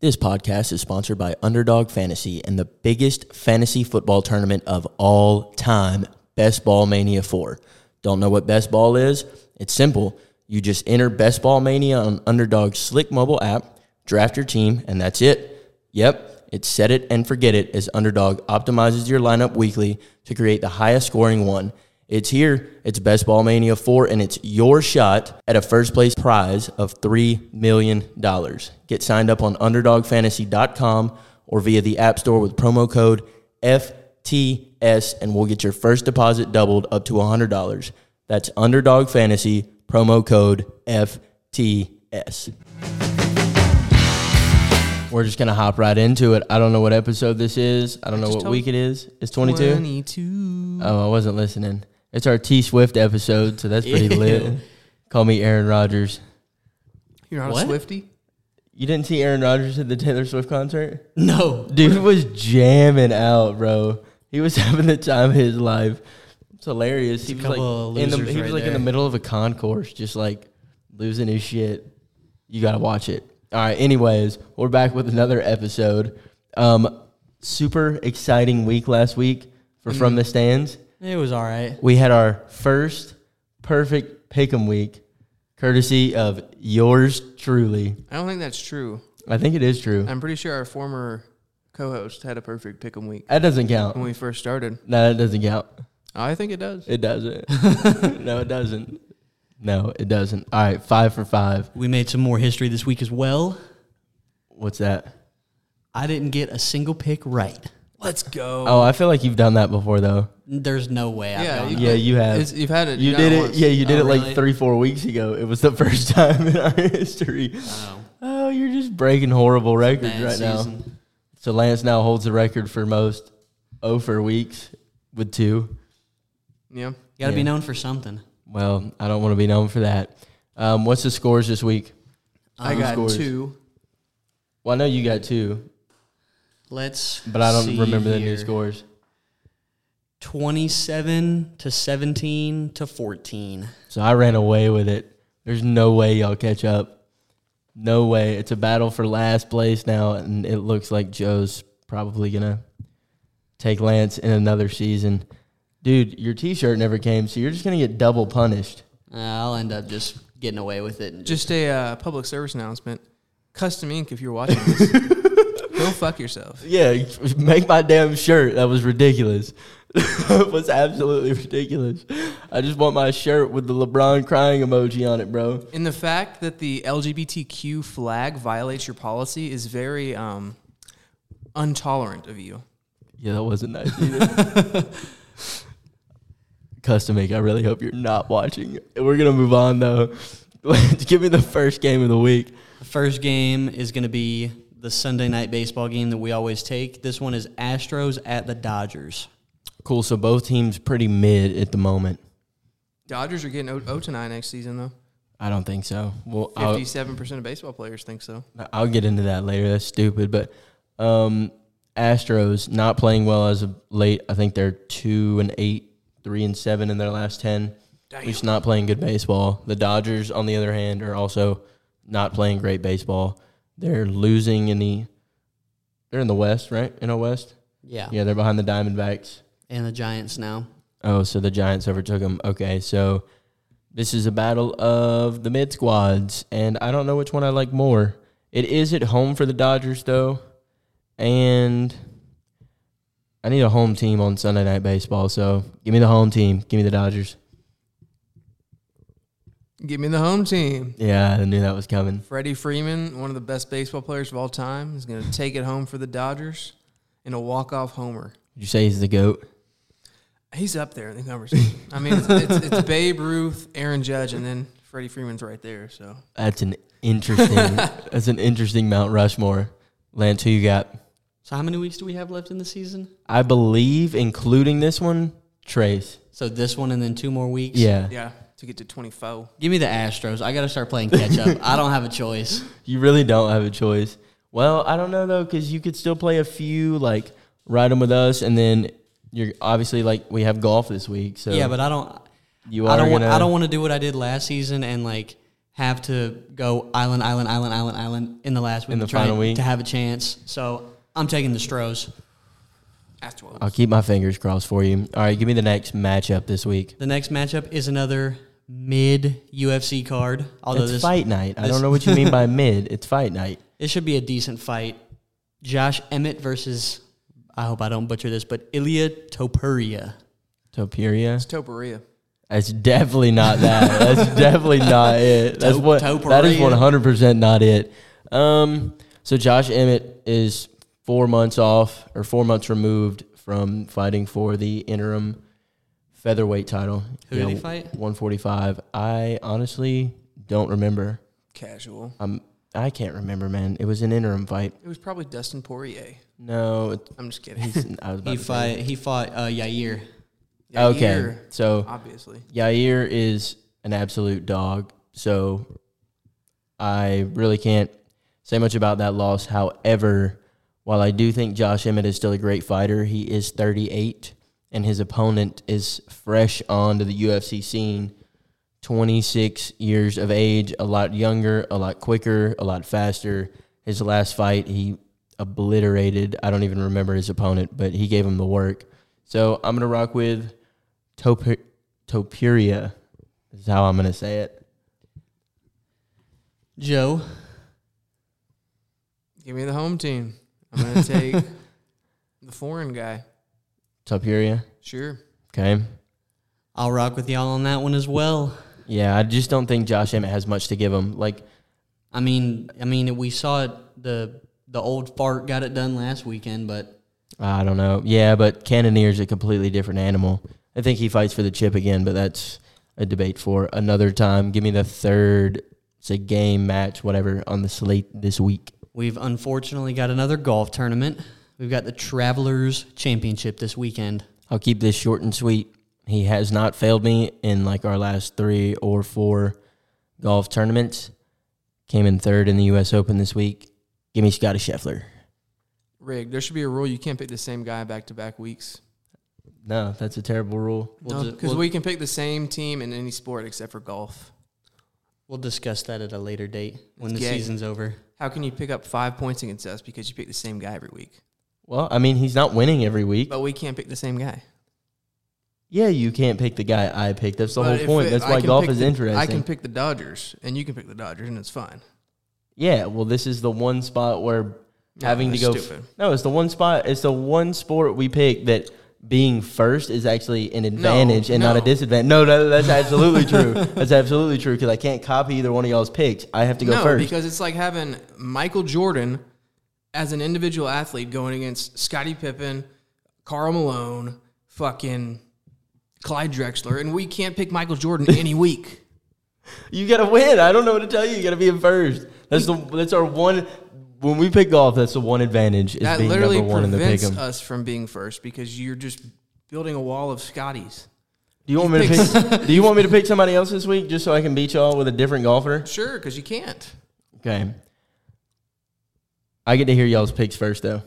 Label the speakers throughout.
Speaker 1: This podcast is sponsored by Underdog Fantasy and the biggest fantasy football tournament of all time, Best Ball Mania 4. Don't know what Best Ball is? It's simple. You just enter Best Ball Mania on Underdog's slick mobile app, draft your team, and that's it. Yep, it's set it and forget it as Underdog optimizes your lineup weekly to create the highest scoring one. It's here. It's Best Ball Mania 4, and it's your shot at a first place prize of $3 million. Get signed up on UnderdogFantasy.com or via the App Store with promo code FTS, and we'll get your first deposit doubled up to $100. That's Underdog Fantasy, promo code FTS. We're just going to hop right into it. I don't know what episode this is. I don't know
Speaker 2: just
Speaker 1: what
Speaker 2: told-
Speaker 1: week it is. It's 22?
Speaker 2: 22.
Speaker 1: Oh, I wasn't listening. It's our T Swift episode, so that's pretty lit. Call me Aaron Rodgers.
Speaker 2: You're not
Speaker 3: What?
Speaker 2: a Swifty?
Speaker 1: You didn't see Aaron Rodgers at the Taylor Swift concert?
Speaker 3: No.
Speaker 1: Dude was jamming out, bro. He was having the time of his life. It's hilarious. He
Speaker 3: It's
Speaker 1: was
Speaker 3: a couple of
Speaker 1: like in the, he
Speaker 3: losers
Speaker 1: was
Speaker 3: right
Speaker 1: like in the
Speaker 3: there.
Speaker 1: middle of a concourse, just like losing his shit. You gotta watch it. All right. Anyways, we're back with another episode. Um, super exciting week last week for
Speaker 3: Mm-hmm.
Speaker 1: from the stands.
Speaker 3: It was all right.
Speaker 1: we had our first perfect pick'em week, courtesy of yours truly.
Speaker 2: I don't think that's true.
Speaker 1: I think it is true.
Speaker 2: I'm pretty sure our former co-host had a perfect pick 'em week
Speaker 1: That doesn't count.
Speaker 2: when we first started. Oh,
Speaker 1: No, that doesn't count.
Speaker 2: I think it does.
Speaker 1: It doesn't. no, it doesn't. No, it doesn't. All right, five for five.
Speaker 3: We made some more history this week as well.
Speaker 1: What's that?
Speaker 3: I didn't get a single pick right.
Speaker 2: Let's go.
Speaker 1: Oh, I feel like you've done that before though.
Speaker 3: There's no way I've
Speaker 2: yeah,
Speaker 3: done
Speaker 2: you,
Speaker 3: that.
Speaker 1: Yeah, you have.
Speaker 2: It's, you've had it.
Speaker 1: You
Speaker 2: done
Speaker 1: did it.
Speaker 2: once.
Speaker 1: Yeah, you did
Speaker 3: Oh,
Speaker 1: it like
Speaker 3: really?
Speaker 1: three, four weeks ago. It was the first time in our history.
Speaker 3: Oh,
Speaker 1: Oh, you're just breaking horrible records
Speaker 3: bad
Speaker 1: right now.
Speaker 3: season.
Speaker 1: So Lance now holds the record for most over weeks with two.
Speaker 2: Yeah.
Speaker 3: You got
Speaker 1: Yeah.
Speaker 3: to be known for something.
Speaker 1: Well, I don't want to be known for that. Um, what's the scores this week?
Speaker 2: I
Speaker 1: Um,
Speaker 2: got
Speaker 1: scores.
Speaker 2: two.
Speaker 1: Well, I know you got two,
Speaker 3: Let's.
Speaker 1: but I don't
Speaker 3: see
Speaker 1: remember the new
Speaker 3: here.
Speaker 1: scores.
Speaker 3: 27 to 17 to 14.
Speaker 1: So I ran away with it. There's no way y'all catch up. No way. It's a battle for last place now, and it looks like Joe's probably gonna take Lance in another season. Dude, your T-shirt never came, so you're just gonna get double punished.
Speaker 3: Uh, I'll end up just getting away with it. And just,
Speaker 2: Just a uh, public service announcement. Custom Ink, if you're watching this, go fuck yourself.
Speaker 1: Yeah, make my damn shirt. That was ridiculous. it was absolutely ridiculous. I just want my shirt with the LeBron crying emoji on it, bro.
Speaker 2: And the fact that the LGBTQ flag violates your policy is very um, intolerant of you.
Speaker 1: Yeah, that wasn't nice either. Custom make. I really hope you're not watching. We're gonna move on though. Give me the first game of the week.
Speaker 3: the first game is going to be the Sunday night baseball game that we always take. This one is Astros at the Dodgers.
Speaker 1: Cool. So both teams pretty mid at the moment.
Speaker 2: Dodgers are getting 0 to 9 next season, though.
Speaker 1: I don't think so. Well, I'll,
Speaker 2: Fifty-seven percent of baseball players think so.
Speaker 1: I'll get into that later. That's stupid. But um, Astros not playing well as of late. I think they're two and eight, three and seven in their last ten.
Speaker 2: Damn.
Speaker 1: Just not playing good baseball. The Dodgers, on the other hand, are also not playing great baseball. They're losing in the. They're in the West, right? In the West.
Speaker 3: Yeah.
Speaker 1: Yeah, they're behind the Diamondbacks.
Speaker 3: And the Giants now.
Speaker 1: Oh, so the Giants overtook them. Okay, so this is a battle of the mid squads, and I don't know which one I like more. It is at home for the Dodgers, though, and I need a home team on Sunday Night Baseball, so give me the home team. Give me the Dodgers.
Speaker 2: Give me the home team.
Speaker 1: Yeah, I knew that was coming.
Speaker 2: Freddie Freeman, one of the best baseball players of all time, is going to take it home for the Dodgers in a walk-off homer.
Speaker 1: Did you say he's the GOAT?
Speaker 2: He's up there in the conversation. I mean, it's, it's, it's Babe Ruth, Aaron Judge, and then Freddie Freeman's right there. So
Speaker 1: That's an interesting. that's an interesting Mount Rushmore. Lance, who you got?
Speaker 3: So, how many weeks do we have left in the season?
Speaker 1: I believe, including this one, Trace.
Speaker 3: So, this one and then two more weeks?
Speaker 1: Yeah,
Speaker 2: yeah, to get to twenty-four.
Speaker 3: Give me the Astros. I got to start playing catch up. I don't have a choice.
Speaker 1: you really don't have a choice. Well, I don't know though, because you could still play a few, like ride them with us, and then you're obviously like we have golf this week, so
Speaker 3: Yeah, but I don't.
Speaker 1: you
Speaker 3: I
Speaker 1: are
Speaker 3: don't. Want,
Speaker 1: gonna.
Speaker 3: I don't want to do what I did last season and like have to go island, island, island, island, island in the last week
Speaker 1: In
Speaker 3: to
Speaker 1: the
Speaker 3: try
Speaker 1: final
Speaker 3: and-
Speaker 1: week.
Speaker 3: to have a chance. So I'm taking the Stros.
Speaker 2: After twelve.
Speaker 1: I'll keep my fingers crossed for you. All right, give me the next matchup this week.
Speaker 3: The next matchup is another mid UFC card. Although
Speaker 1: it's
Speaker 3: this
Speaker 1: fight night. I
Speaker 3: this-
Speaker 1: don't know what you mean by mid. It's fight night.
Speaker 3: this should be a decent fight. Josh Emmett versus I hope I don't butcher this, but Ilya Topuria.
Speaker 1: Topuria.
Speaker 2: It's Toporia.
Speaker 1: That's definitely not that. That's definitely not it. That's
Speaker 3: Top-
Speaker 1: what that is
Speaker 3: Topuria.
Speaker 1: one hundred percent not it. Um so Josh Emmett is four months off or four months removed from fighting for the interim featherweight title.
Speaker 3: Who did he fight?
Speaker 1: One forty five. I honestly don't remember.
Speaker 2: Casual.
Speaker 1: Um I can't remember, man. It was an interim fight.
Speaker 2: It was probably Dustin Poirier.
Speaker 1: No, it-
Speaker 2: I'm just kidding.
Speaker 1: he's, I was about
Speaker 3: He
Speaker 1: to say-
Speaker 3: fight he fought uh, Yair.
Speaker 1: Okay,
Speaker 2: Yair,
Speaker 1: so
Speaker 2: Obviously.
Speaker 1: Yair is an absolute dog. So I really can't say much about that loss. However, while I do think Josh Emmett is still a great fighter, he is 38 and his opponent is fresh onto the UFC scene. 26 years of age, a lot younger, a lot quicker, a lot faster. His last fight, he obliterated. I don't even remember his opponent, but he gave him the work. So I'm going to rock with Topi- Topuria, is how I'm going to say it.
Speaker 3: Joe.
Speaker 2: Give me the home team. I'm gonna take the foreign guy.
Speaker 1: Topuria.
Speaker 2: Sure.
Speaker 1: Okay.
Speaker 3: I'll rock with y'all on that one as well.
Speaker 1: Yeah, I just don't think Josh Emmett has much to give him. Like,
Speaker 3: I mean, I mean, we saw it. The the old fart got it done last weekend, but
Speaker 1: I don't know. Yeah, but Cannoneer's a completely different animal. I think he fights for the chip again, but that's a debate for another time. Give me the third. It's a game, match, whatever, on the slate this week.
Speaker 3: we've unfortunately got another golf tournament. We've got the Travelers Championship this weekend.
Speaker 1: I'll keep this short and sweet. He has not failed me in like our last three or four golf tournaments. Came in third in the U.S. Open this week. Give me Scotty Scheffler.
Speaker 2: Rig, there should be a rule you can't pick the same guy back to back weeks.
Speaker 1: No, that's a terrible rule.
Speaker 3: We'll,
Speaker 2: no,
Speaker 3: di-
Speaker 2: because
Speaker 3: we'll,
Speaker 2: we can pick the same team in any sport except for golf.
Speaker 3: we'll discuss that at a later date when the
Speaker 2: Yeah.
Speaker 3: season's over.
Speaker 2: How can you pick up five points against us because you pick the same guy every week?
Speaker 1: Well, I mean, he's not winning every week.
Speaker 2: But we can't pick the same guy.
Speaker 1: Yeah, you can't pick the guy I picked. That's the
Speaker 2: But
Speaker 1: whole
Speaker 2: if
Speaker 1: point.
Speaker 2: it-
Speaker 1: That's
Speaker 2: I
Speaker 1: why
Speaker 2: can
Speaker 1: golf
Speaker 2: pick
Speaker 1: is
Speaker 2: the-
Speaker 1: interesting.
Speaker 2: I can pick the Dodgers, and you can pick the Dodgers, and it's fine.
Speaker 1: Yeah, well, this is the one spot where having to
Speaker 2: that's
Speaker 1: go.
Speaker 2: stupid.
Speaker 1: no, it's the one spot. It's the one sport we pick that being first is actually an advantage and not a
Speaker 2: no.
Speaker 1: disadvantage. No, no, that's absolutely true. That's absolutely true because I can't copy either one of y'all's picks. I have to go
Speaker 2: no,
Speaker 1: first.
Speaker 2: because it's like having Michael Jordan as an individual athlete going against Scottie Pippen, Carl Malone, fucking Clyde Drexler, and we can't pick Michael Jordan any week.
Speaker 1: you got to win. I don't know what to tell you. You got to be in first. That's the that's our one. When we pick golf, that's the one advantage is
Speaker 2: That
Speaker 1: being
Speaker 2: literally
Speaker 1: number one in the
Speaker 2: prevents
Speaker 1: pick'em.
Speaker 2: us from being first because you're just building a wall of Scotties.
Speaker 1: Do you want me to pick? do you want me to pick somebody else this week just so I can beat y'all with a different golfer?
Speaker 2: Sure, because you can't.
Speaker 1: Okay. I get to hear y'all's picks first, though.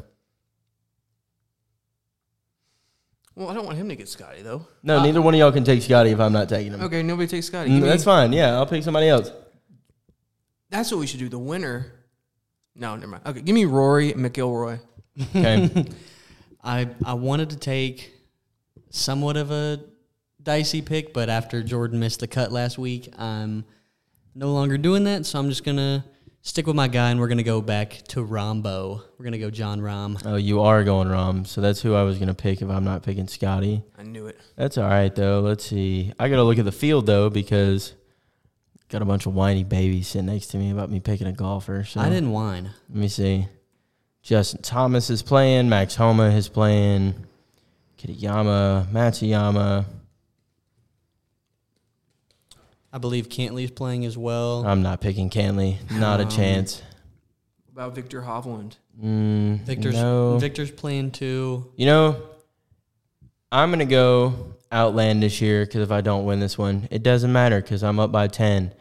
Speaker 2: Well, I don't want him to get Scotty though.
Speaker 1: No, neither one of y'all can take Scotty if I'm not taking him.
Speaker 2: Okay, nobody takes Scotty.
Speaker 1: Mm,
Speaker 2: Give me-
Speaker 1: that's fine. Yeah, I'll pick somebody else.
Speaker 2: That's what we should do. The winner. No, never mind. Okay, give me Rory McIlroy.
Speaker 1: Okay.
Speaker 3: I I wanted to take somewhat of a dicey pick, but after Jordan missed the cut last week, I'm no longer doing that. So I'm just gonna stick with my guy, and we're gonna go back to Rombo. We're gonna go John Rom.
Speaker 1: oh, you are going Rom, so that's who I was gonna pick if I'm not picking Scotty.
Speaker 2: I knew it.
Speaker 1: That's all right though. Let's see. I gotta look at the field though because got a bunch of whiny babies sitting next to me about me picking a golfer. So
Speaker 3: I didn't whine.
Speaker 1: Let me see. Justin Thomas is playing. Max Homa is playing. Kitayama, Matsuyama.
Speaker 3: I believe Cantley's playing as well.
Speaker 1: I'm not picking Cantley. Not a
Speaker 3: Um,
Speaker 1: chance.
Speaker 2: About Victor Hovland.
Speaker 1: Mm,
Speaker 3: Victor's
Speaker 1: no.
Speaker 3: Victor's playing too.
Speaker 1: You know, I'm going to go outlandish here because if I don't win this one, it doesn't matter because I'm up by 10.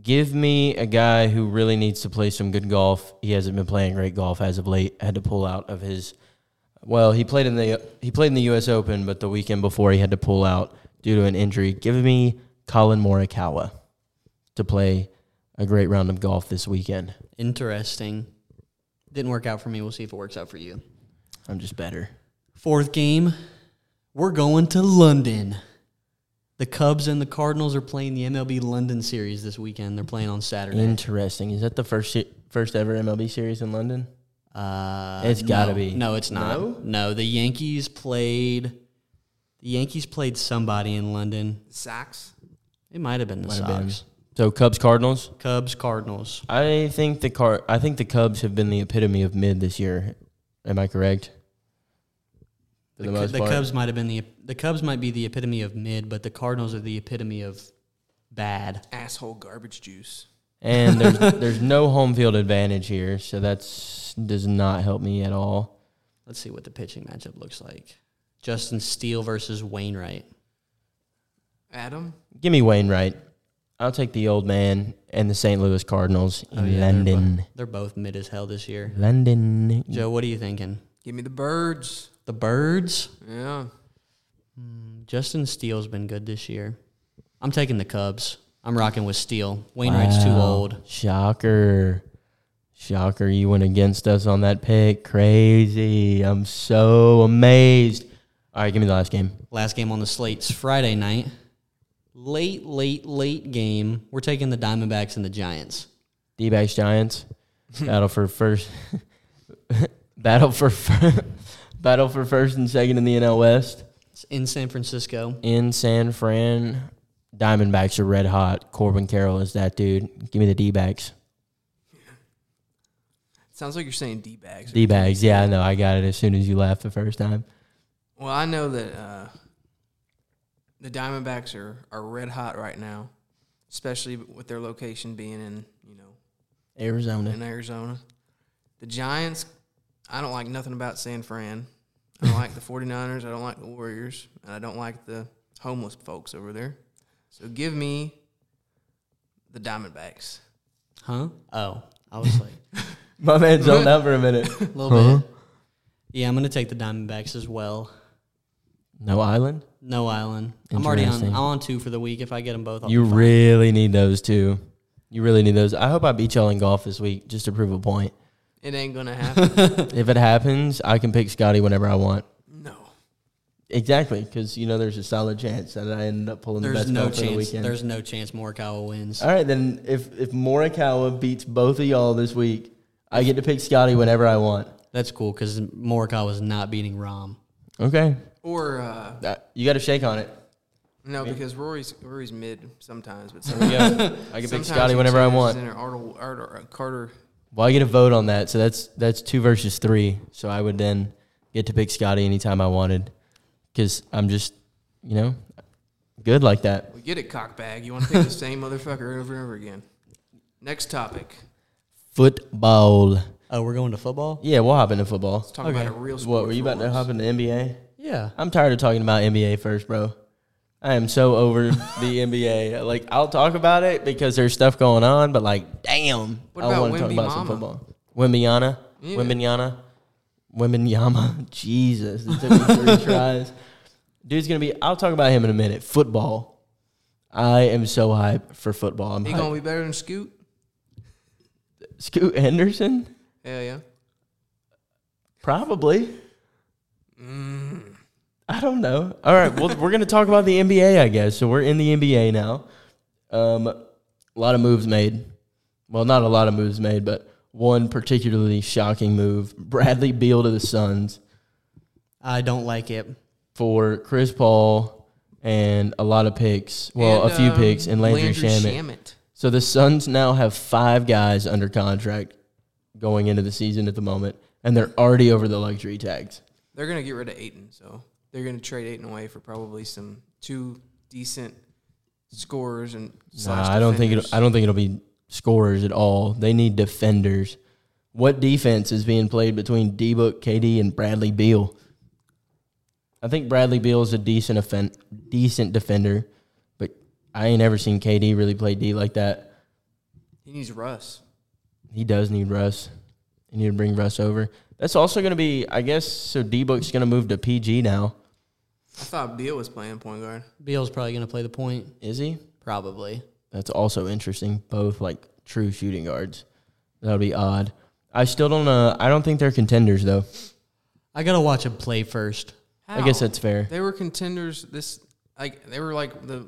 Speaker 1: Give me a guy who really needs to play some good golf. He hasn't been playing great golf as of late. Had to pull out of his. Well, he played in the he played in the U.S. Open, but the weekend before he had to pull out due to an injury. Give me Colin Morikawa to play a great round of golf this weekend.
Speaker 3: Interesting. Didn't work out for me. We'll see if it works out for you.
Speaker 1: I'm just better.
Speaker 3: Fourth game, we're going to London. The Cubs and the Cardinals are playing the MLB London series this weekend. They're playing on Saturday.
Speaker 1: Interesting. Is that the first se- first ever MLB series in London?
Speaker 3: Uh,
Speaker 1: It's gotta
Speaker 3: no.
Speaker 1: be.
Speaker 3: No, it's not.
Speaker 1: No?
Speaker 3: No? the Yankees played. The Yankees played somebody in London.
Speaker 2: Sacks.
Speaker 3: It might have been the
Speaker 1: Might have been.
Speaker 3: Sox.
Speaker 1: So Cubs Cardinals.
Speaker 3: Cubs, Cardinals.
Speaker 1: I think the car. I think the Cubs have been the epitome of mid this year. Am I correct? For
Speaker 3: The, Cu- the Cubs might have been the the Cubs might be the epitome of mid, but the Cardinals are the epitome of bad.
Speaker 2: Asshole garbage juice.
Speaker 1: and there's there's no home field advantage here, so that's does not help me at all.
Speaker 3: Let's see what the pitching matchup looks like. Justin Steele versus Wainwright.
Speaker 2: Adam.
Speaker 1: Give me Wainwright. I'll take the old man and the St. Louis Cardinals in
Speaker 3: Oh, yeah, they're bo-
Speaker 1: London. Mm-hmm.
Speaker 3: They're both mid as hell this year.
Speaker 1: London.
Speaker 3: Joe, what are you thinking?
Speaker 2: Give me the birds.
Speaker 3: The Birds.
Speaker 2: Yeah.
Speaker 3: Justin Steele's been good this year. I'm taking the Cubs. I'm rocking with Steele. Wainwright's too
Speaker 1: Wow.
Speaker 3: old.
Speaker 1: Shocker. Shocker, you went against us on that pick. Crazy. I'm so amazed. All right, give me the last game.
Speaker 3: Last game on the slate's Friday night. Late, late, late game. We're taking the Diamondbacks and the Giants.
Speaker 1: D backs Giants. battle for first battle for fir- battle for first and second in the NL West.
Speaker 3: It's in San Francisco.
Speaker 1: In San Fran. Diamondbacks are red hot. Corbin Carroll is that dude. Give me the D backs.
Speaker 2: Sounds like you're saying D bags.
Speaker 1: D bags. Yeah, I know. I got it as soon as you laughed the first time.
Speaker 2: Well, I know that uh, the Diamondbacks are, are red hot right now, especially with their location being in you know
Speaker 1: Arizona.
Speaker 2: in Arizona. The Giants, I don't like nothing about San Fran. I don't like the 49ers. I don't like the Warriors, and I don't like the homeless folks over there. So give me the Diamondbacks.
Speaker 3: Huh? Oh, I was like,
Speaker 1: My man zoned out for a minute.
Speaker 3: a little bit. Yeah, I'm going to take the Diamondbacks as well.
Speaker 1: No island?
Speaker 3: No Island. I'm already on.
Speaker 1: Interesting.
Speaker 3: I'm on two for the week. If I get them both, I'll
Speaker 1: You
Speaker 3: be fine.
Speaker 1: really need those two. You really need those. I hope I beat y'all in golf this week just to prove a point.
Speaker 2: It ain't gonna happen.
Speaker 1: if it happens, I can pick Scotty whenever I want.
Speaker 2: no,
Speaker 1: Exactly, because you know there's a solid chance that I end up pulling the
Speaker 3: There's
Speaker 1: best
Speaker 3: no
Speaker 1: golf for the
Speaker 3: chance.
Speaker 1: weekend.
Speaker 3: There's no chance Morikawa wins.
Speaker 1: All right, then if if Morikawa beats both of y'all this week, I get to pick Scotty whenever I want.
Speaker 3: That's cool because Morikawa's not beating Rom.
Speaker 1: Okay,
Speaker 2: or uh,
Speaker 1: That- you got to shake on it.
Speaker 2: no, because Rory's Rory's mid sometimes, but
Speaker 1: There
Speaker 2: sometimes,
Speaker 1: we go. I can pick
Speaker 2: sometimes
Speaker 1: Scotty
Speaker 2: he
Speaker 1: whenever I
Speaker 2: changes
Speaker 1: want.
Speaker 2: and Arnold- Arnold- Carter
Speaker 1: Well, I get a vote on that, so that's that's two versus three. So I would then get to pick Scotty anytime I wanted, because I'm just, you know, good like that.
Speaker 2: We get it, cockbag. You want to pick the same motherfucker over and over again. Next topic.
Speaker 1: Football.
Speaker 3: Oh, we're going to football.
Speaker 1: Yeah, we'll hop into football.
Speaker 2: Let's talk about a
Speaker 3: Okay.
Speaker 2: real sport.
Speaker 1: What were you
Speaker 2: for
Speaker 1: about to
Speaker 2: once.
Speaker 1: hop into NBA?
Speaker 3: Yeah.
Speaker 1: I'm tired of talking about NBA first, bro. I am so over the NBA. Like I'll talk about it because there's stuff going on, but like, damn,
Speaker 2: What
Speaker 1: I
Speaker 2: about
Speaker 1: want to talk
Speaker 2: Wemby
Speaker 1: about some
Speaker 2: Mama?
Speaker 1: football. Wembyana,
Speaker 2: Yeah.
Speaker 1: Wembyana, Wembyama. Jesus, it took me three tries. Dude's gonna be. I'll talk about him in a minute. Football. I am so hype for football. I'm
Speaker 2: He
Speaker 1: hype.
Speaker 2: gonna be better than Scoot?
Speaker 1: Scoot Henderson,
Speaker 2: Hell yeah.
Speaker 1: probably. I don't know. All right, well, we're going to talk about the NBA, I guess. So we're in the NBA now. Um, a lot of moves made. Well, not a lot of moves made, but one particularly shocking move: Bradley Beal to the Suns
Speaker 3: I don't like it.
Speaker 1: for Chris Paul and a lot of picks. Well,
Speaker 2: And,
Speaker 1: a few
Speaker 2: um,
Speaker 1: picks and Landry, Shamet. So the Suns now have five guys under contract going into the season at the moment, and they're already over the luxury tags.
Speaker 2: They're gonna get rid of Aiton, so they're gonna trade Aiton away for probably some two decent scorers and. slash
Speaker 1: Nah, I don't think
Speaker 2: defenders.
Speaker 1: it, I don't think it'll be scorers at all. They need defenders. What defense is being played between D Book, KD, and Bradley Beal? I think Bradley Beal is a decent offen- decent defender, but I ain't ever seen KD really play D like that.
Speaker 2: He needs Russ.
Speaker 1: He does need Russ. You need to bring Russ over. That's also going to be, I guess. So D Book's going to move to PG now.
Speaker 2: I thought Beal was playing point guard.
Speaker 3: Beal's probably going to play the point.
Speaker 1: Is he?
Speaker 3: Probably.
Speaker 1: That's also interesting. Both like true shooting guards. That would be odd. I still don't know. I don't think they're contenders though.
Speaker 3: I gotta watch him play first.
Speaker 1: I guess that's fair.
Speaker 2: They were contenders. This like they were like the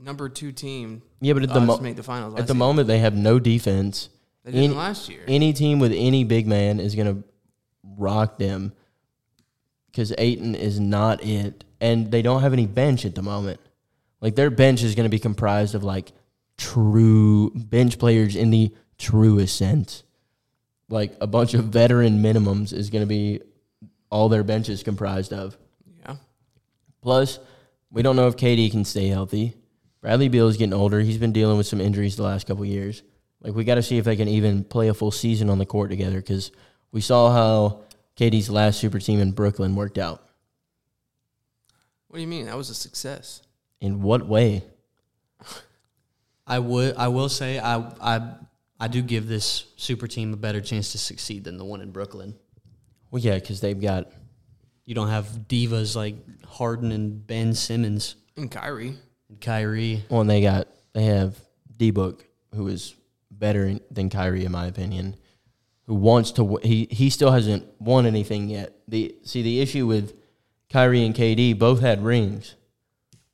Speaker 2: number two team.
Speaker 1: Yeah, but at the
Speaker 2: odds
Speaker 1: mo-
Speaker 2: to make the finals.
Speaker 1: At
Speaker 2: last
Speaker 1: the
Speaker 2: year.
Speaker 1: moment, they have no defense.
Speaker 2: they didn't
Speaker 1: any-
Speaker 2: last year.
Speaker 1: Any team with any big man is going to rock them because Aiton is not it, and they don't have any bench at the moment. Like their bench is going to be comprised of like true bench players in the truest sense. Like a bunch of veteran minimums is going to be all their bench is comprised of.
Speaker 2: yeah,
Speaker 1: Plus, we don't know if KD can stay healthy. Bradley Beal is getting older. He's been dealing with some injuries the last couple years. Like we got to see if they can even play a full season on the court together because we saw how KD's last super team in Brooklyn worked out.
Speaker 2: what do you mean? That was a success.
Speaker 1: In what way?
Speaker 3: I would. I will say I I I do give this super team a better chance to succeed than the one in Brooklyn.
Speaker 1: Well, yeah, because they've got
Speaker 3: You don't have divas like Harden and Ben Simmons
Speaker 2: And Kyrie,
Speaker 3: and Kyrie.
Speaker 1: well, and they got they have D Book who is better in- than Kyrie in my opinion, who wants to w- he he still hasn't won anything yet. The see the issue with Kyrie and KD both had rings,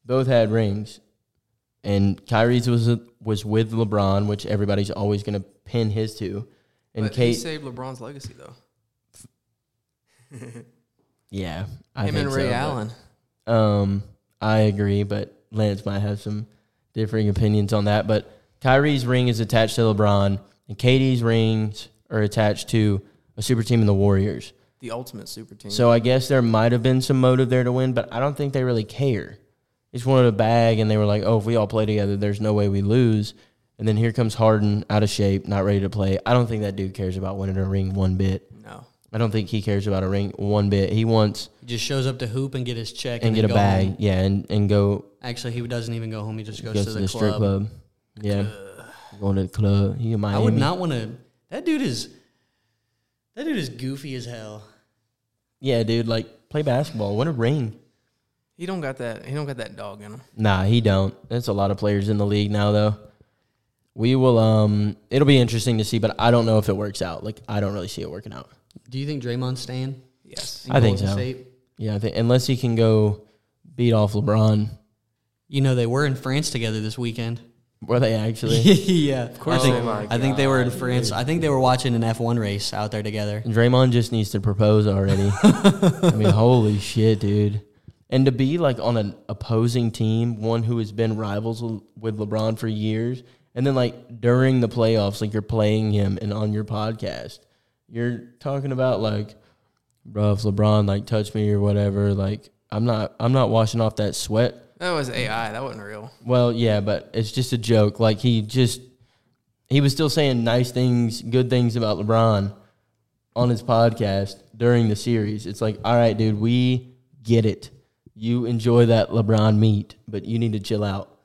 Speaker 1: both had rings, and Kyrie's was was with LeBron, which everybody's always going to pin his to, and
Speaker 2: but he
Speaker 1: Kate
Speaker 2: saved LeBron's legacy though.
Speaker 1: yeah, I
Speaker 2: Him
Speaker 1: think
Speaker 2: and Ray
Speaker 1: so, but-
Speaker 2: Allen.
Speaker 1: Um, I agree, but Lance might have some differing opinions on that. But Kyrie's ring is attached to LeBron, and KD's rings are attached to a super team in the Warriors.
Speaker 2: the ultimate super team.
Speaker 1: So I guess there might have been some motive there to win, but I don't think they really care. They just wanted a bag, and they were like, "Oh, if we all play together, there's no way we lose." And then here comes Harden, out of shape, not ready to play. I don't think that dude cares about winning a ring one bit.
Speaker 2: no,
Speaker 1: I don't think he cares about a ring one bit. He wants
Speaker 3: He just shows up to hoop and get his check
Speaker 1: and,
Speaker 3: and,
Speaker 1: get
Speaker 3: then
Speaker 1: a
Speaker 3: go
Speaker 1: bag,
Speaker 3: home.
Speaker 1: yeah, and, and go
Speaker 3: Actually, he doesn't even go home. He just goes,
Speaker 1: goes
Speaker 3: to
Speaker 1: to
Speaker 3: the,
Speaker 1: the strip
Speaker 3: club.
Speaker 1: club. Yeah, going to the club. He in
Speaker 3: I
Speaker 1: Miami.
Speaker 3: would not want to. That dude is. That dude is goofy as hell.
Speaker 1: Yeah, dude, like play basketball. Win a ring.
Speaker 2: he don't got that. He don't got that dog in him.
Speaker 1: Nah, he don't. That's a lot of players in the league now, though. We will. Um, it'll be interesting to see, but I don't know if it works out. Like, I don't really see it working out.
Speaker 3: Do you think Draymond's staying?
Speaker 2: Yes,
Speaker 3: in
Speaker 1: I think
Speaker 3: Golden
Speaker 1: so.
Speaker 3: State?
Speaker 1: Yeah, I think unless he can go beat off LeBron,
Speaker 3: You know they were in France together this weekend.
Speaker 1: were they actually?
Speaker 3: yeah, of course. I think,
Speaker 2: Oh my
Speaker 3: I think they were in France. I think they were watching an F one race out there together.
Speaker 1: Draymond just needs to propose already. I mean, holy shit, dude. And to be like on an opposing team, one who has been rivals l- with LeBron for years, and then like during the playoffs, like you're playing him and on your podcast, you're talking about like, bro, if LeBron like touched me or whatever, like I'm not I'm not washing off that sweat.
Speaker 2: that was AI. That wasn't real.
Speaker 1: Well, yeah, but it's just a joke. Like he just he was still saying nice things, good things about LeBron on his podcast during the series. It's like, all right, dude, we get it. You enjoy that LeBron meat, but you need to chill out.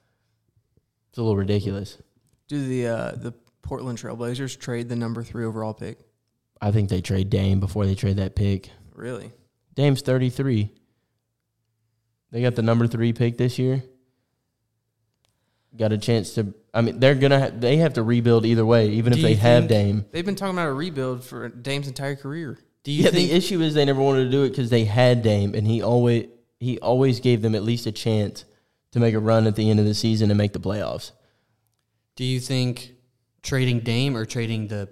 Speaker 1: It's a little ridiculous.
Speaker 2: Do the uh, the Portland Trailblazers trade the number three overall pick?
Speaker 1: I think they trade Dame before they trade that pick.
Speaker 2: Really?
Speaker 1: Dame's 33. They got the number 3 pick this year. Got a chance to I mean they're going to ha- they have to rebuild either way even
Speaker 3: Do
Speaker 1: if they
Speaker 3: you
Speaker 1: have
Speaker 3: think-
Speaker 1: Dame.
Speaker 2: They've been talking about a rebuild for Dame's entire career.
Speaker 3: Do you
Speaker 1: yeah,
Speaker 3: think?
Speaker 1: the issue is they never wanted to do it because they had Dame, and he always he always gave them at least a chance to make a run at the end of the season and make the playoffs.
Speaker 3: do you think trading Dame or trading the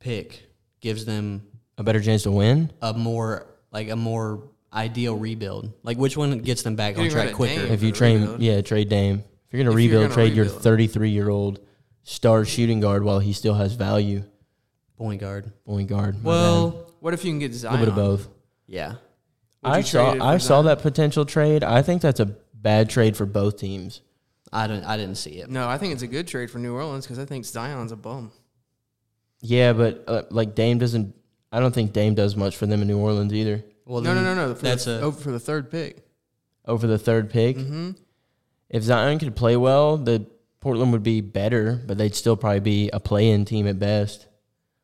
Speaker 3: pick gives them
Speaker 1: A better chance to win
Speaker 3: a more like a more ideal rebuild? Like which one gets them back on
Speaker 2: Getting rid
Speaker 3: track
Speaker 2: of
Speaker 3: quicker?
Speaker 2: Dame.
Speaker 1: if you
Speaker 2: a
Speaker 1: trade,
Speaker 2: rebuild.
Speaker 1: yeah, trade Dame. If you're gonna
Speaker 2: If you're
Speaker 1: rebuild,
Speaker 2: gonna
Speaker 1: trade your
Speaker 2: rebuild.
Speaker 1: 33 year old star shooting guard while he still has value.
Speaker 3: Point guard.
Speaker 1: Point guard. my bad.
Speaker 3: Well,
Speaker 2: What if you can get
Speaker 1: a
Speaker 2: Zion?
Speaker 1: little bit of both.
Speaker 3: yeah.
Speaker 2: Would
Speaker 1: I
Speaker 2: you
Speaker 1: saw
Speaker 2: trade it
Speaker 1: I
Speaker 2: for
Speaker 1: saw
Speaker 2: Zion?
Speaker 1: that potential trade. I think that's a bad trade for both teams.
Speaker 3: I don't. I didn't see it.
Speaker 2: No, I think it's a good trade for New Orleans because I think Zion's a bum.
Speaker 1: Yeah, but uh, like Dame doesn't. I don't think Dame does much for them in New Orleans either.
Speaker 3: Well,
Speaker 2: no, no,
Speaker 3: then
Speaker 2: no, no. For
Speaker 3: that's
Speaker 2: the,
Speaker 3: a.
Speaker 2: oh, for the third pick.
Speaker 1: over the third pick.
Speaker 2: Mm-hmm.
Speaker 1: If Zion could play well, the Portland would be better, but they'd still probably be a play-in team at best.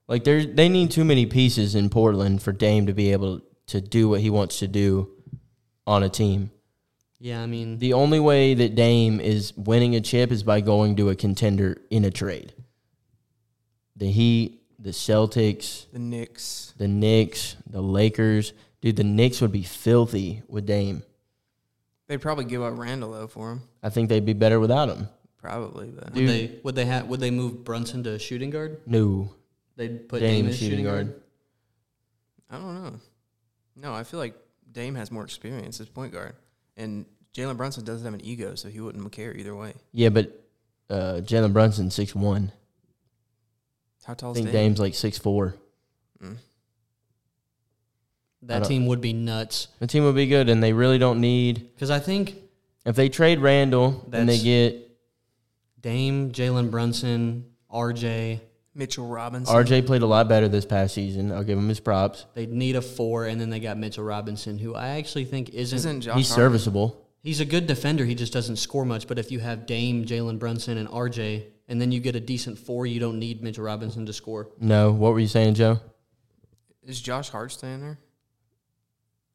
Speaker 1: Like they they need too many pieces in Portland for Dame to be able to do what he wants to do on a team.
Speaker 3: Yeah, I mean,
Speaker 1: The only way that Dame is winning a chip is by going to a contender in a trade. the Heat, the Celtics,
Speaker 2: The Knicks.
Speaker 1: the Knicks, the Lakers. Dude, the Knicks would be filthy with Dame.
Speaker 2: They'd probably give up Randall though for him.
Speaker 1: I think they'd be better without him.
Speaker 2: Probably, but
Speaker 3: Would they would they have would they move Brunson to shooting guard?
Speaker 1: No,
Speaker 3: They'd put
Speaker 1: Dame
Speaker 3: Dame, as
Speaker 1: shooting
Speaker 3: shooting
Speaker 1: guard.
Speaker 3: guard.
Speaker 2: I don't know. No, I feel like Dame has more experience as point guard, and Jalen Brunson doesn't have an ego, so he wouldn't care either way.
Speaker 1: yeah, but uh, Jalen Brunson six one.
Speaker 2: How
Speaker 1: I
Speaker 2: tall is
Speaker 1: think
Speaker 2: Dame? Mm.
Speaker 1: Dame's like six four. I
Speaker 3: That
Speaker 1: don't-
Speaker 3: team would be nuts
Speaker 1: The team would be good, and they really don't need
Speaker 3: because I think
Speaker 1: if they trade Randall and they
Speaker 3: That's-
Speaker 1: get
Speaker 3: Dame, Jalen Brunson, RJ,
Speaker 2: Mitchell Robinson.
Speaker 1: RJ played a lot better this past season. I'll give him his props.
Speaker 3: they'd need a four, and then they got Mitchell Robinson, who I actually think isn't.
Speaker 2: Isn't Josh
Speaker 1: He's
Speaker 2: Hart-
Speaker 1: serviceable.
Speaker 3: He's a good defender. He just doesn't score much. But if you have Dame, Jalen Brunson, and RJ, and then you get a decent four, you don't need Mitchell Robinson to score.
Speaker 1: No, what were you saying, Joe?
Speaker 2: Is Josh Hart staying there?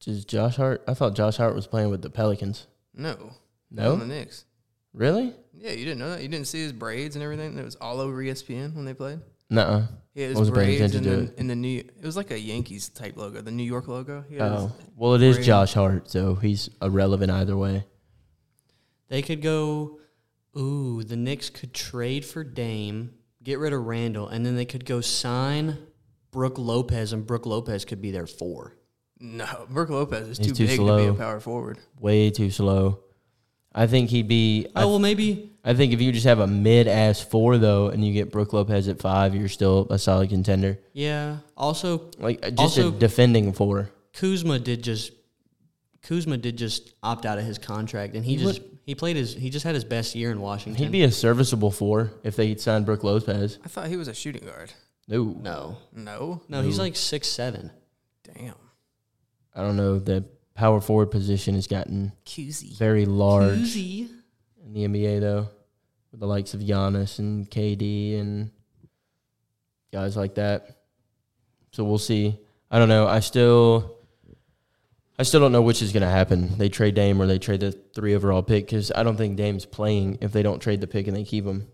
Speaker 1: Is Josh Hart? I thought Josh Hart was playing with the Pelicans.
Speaker 2: No.
Speaker 1: No,
Speaker 2: On the Knicks.
Speaker 1: really?
Speaker 2: Yeah, you didn't know that. You didn't see his braids and everything. It was all over E ESPN when they played.
Speaker 1: Nuh-uh.
Speaker 2: He had his
Speaker 1: Wasn't paying
Speaker 2: braids and
Speaker 1: attention to
Speaker 2: then in the new. It was like a Yankees type logo, the New York logo. He had his-
Speaker 1: Oh, well, it is
Speaker 2: Brady.
Speaker 1: Josh Hart, so he's irrelevant either way.
Speaker 3: They could go, ooh, the Knicks could trade for Dame, get rid of Randall, and then they could go sign Brooke Lopez, and Brooke Lopez could be their four.
Speaker 2: No, Brooke Lopez is
Speaker 1: He's
Speaker 2: too,
Speaker 1: too
Speaker 2: big to
Speaker 1: slow.
Speaker 2: be a power forward.
Speaker 1: Way too slow. I think he'd be. I,
Speaker 3: Oh, well, maybe
Speaker 1: I think if you just have a mid-ass four though, and you get Brooke Lopez at five, you're still a solid contender.
Speaker 3: Yeah. Also,
Speaker 1: Like uh, just a
Speaker 3: Also-
Speaker 1: defending four.
Speaker 3: Kuzma did just Kuzma did just opt out of his contract, and he, just he played his he just had his best year in Washington.
Speaker 1: He'd be a serviceable four if they signed Brooke Lopez.
Speaker 2: I thought he was a shooting guard.
Speaker 1: No,
Speaker 3: no,
Speaker 2: No,
Speaker 3: no, he's like six seven.
Speaker 2: damn,
Speaker 1: I don't know. The power forward position has gotten
Speaker 2: Cusy.
Speaker 1: very large.
Speaker 3: Uzi.
Speaker 1: in the NBA though, with the likes of Giannis and KD and guys like that. So we'll see. I don't know. I still, I still don't know which is going to happen. They trade Dame or they trade the three overall pick because I don't think Dame's playing if they don't trade the pick and they keep him.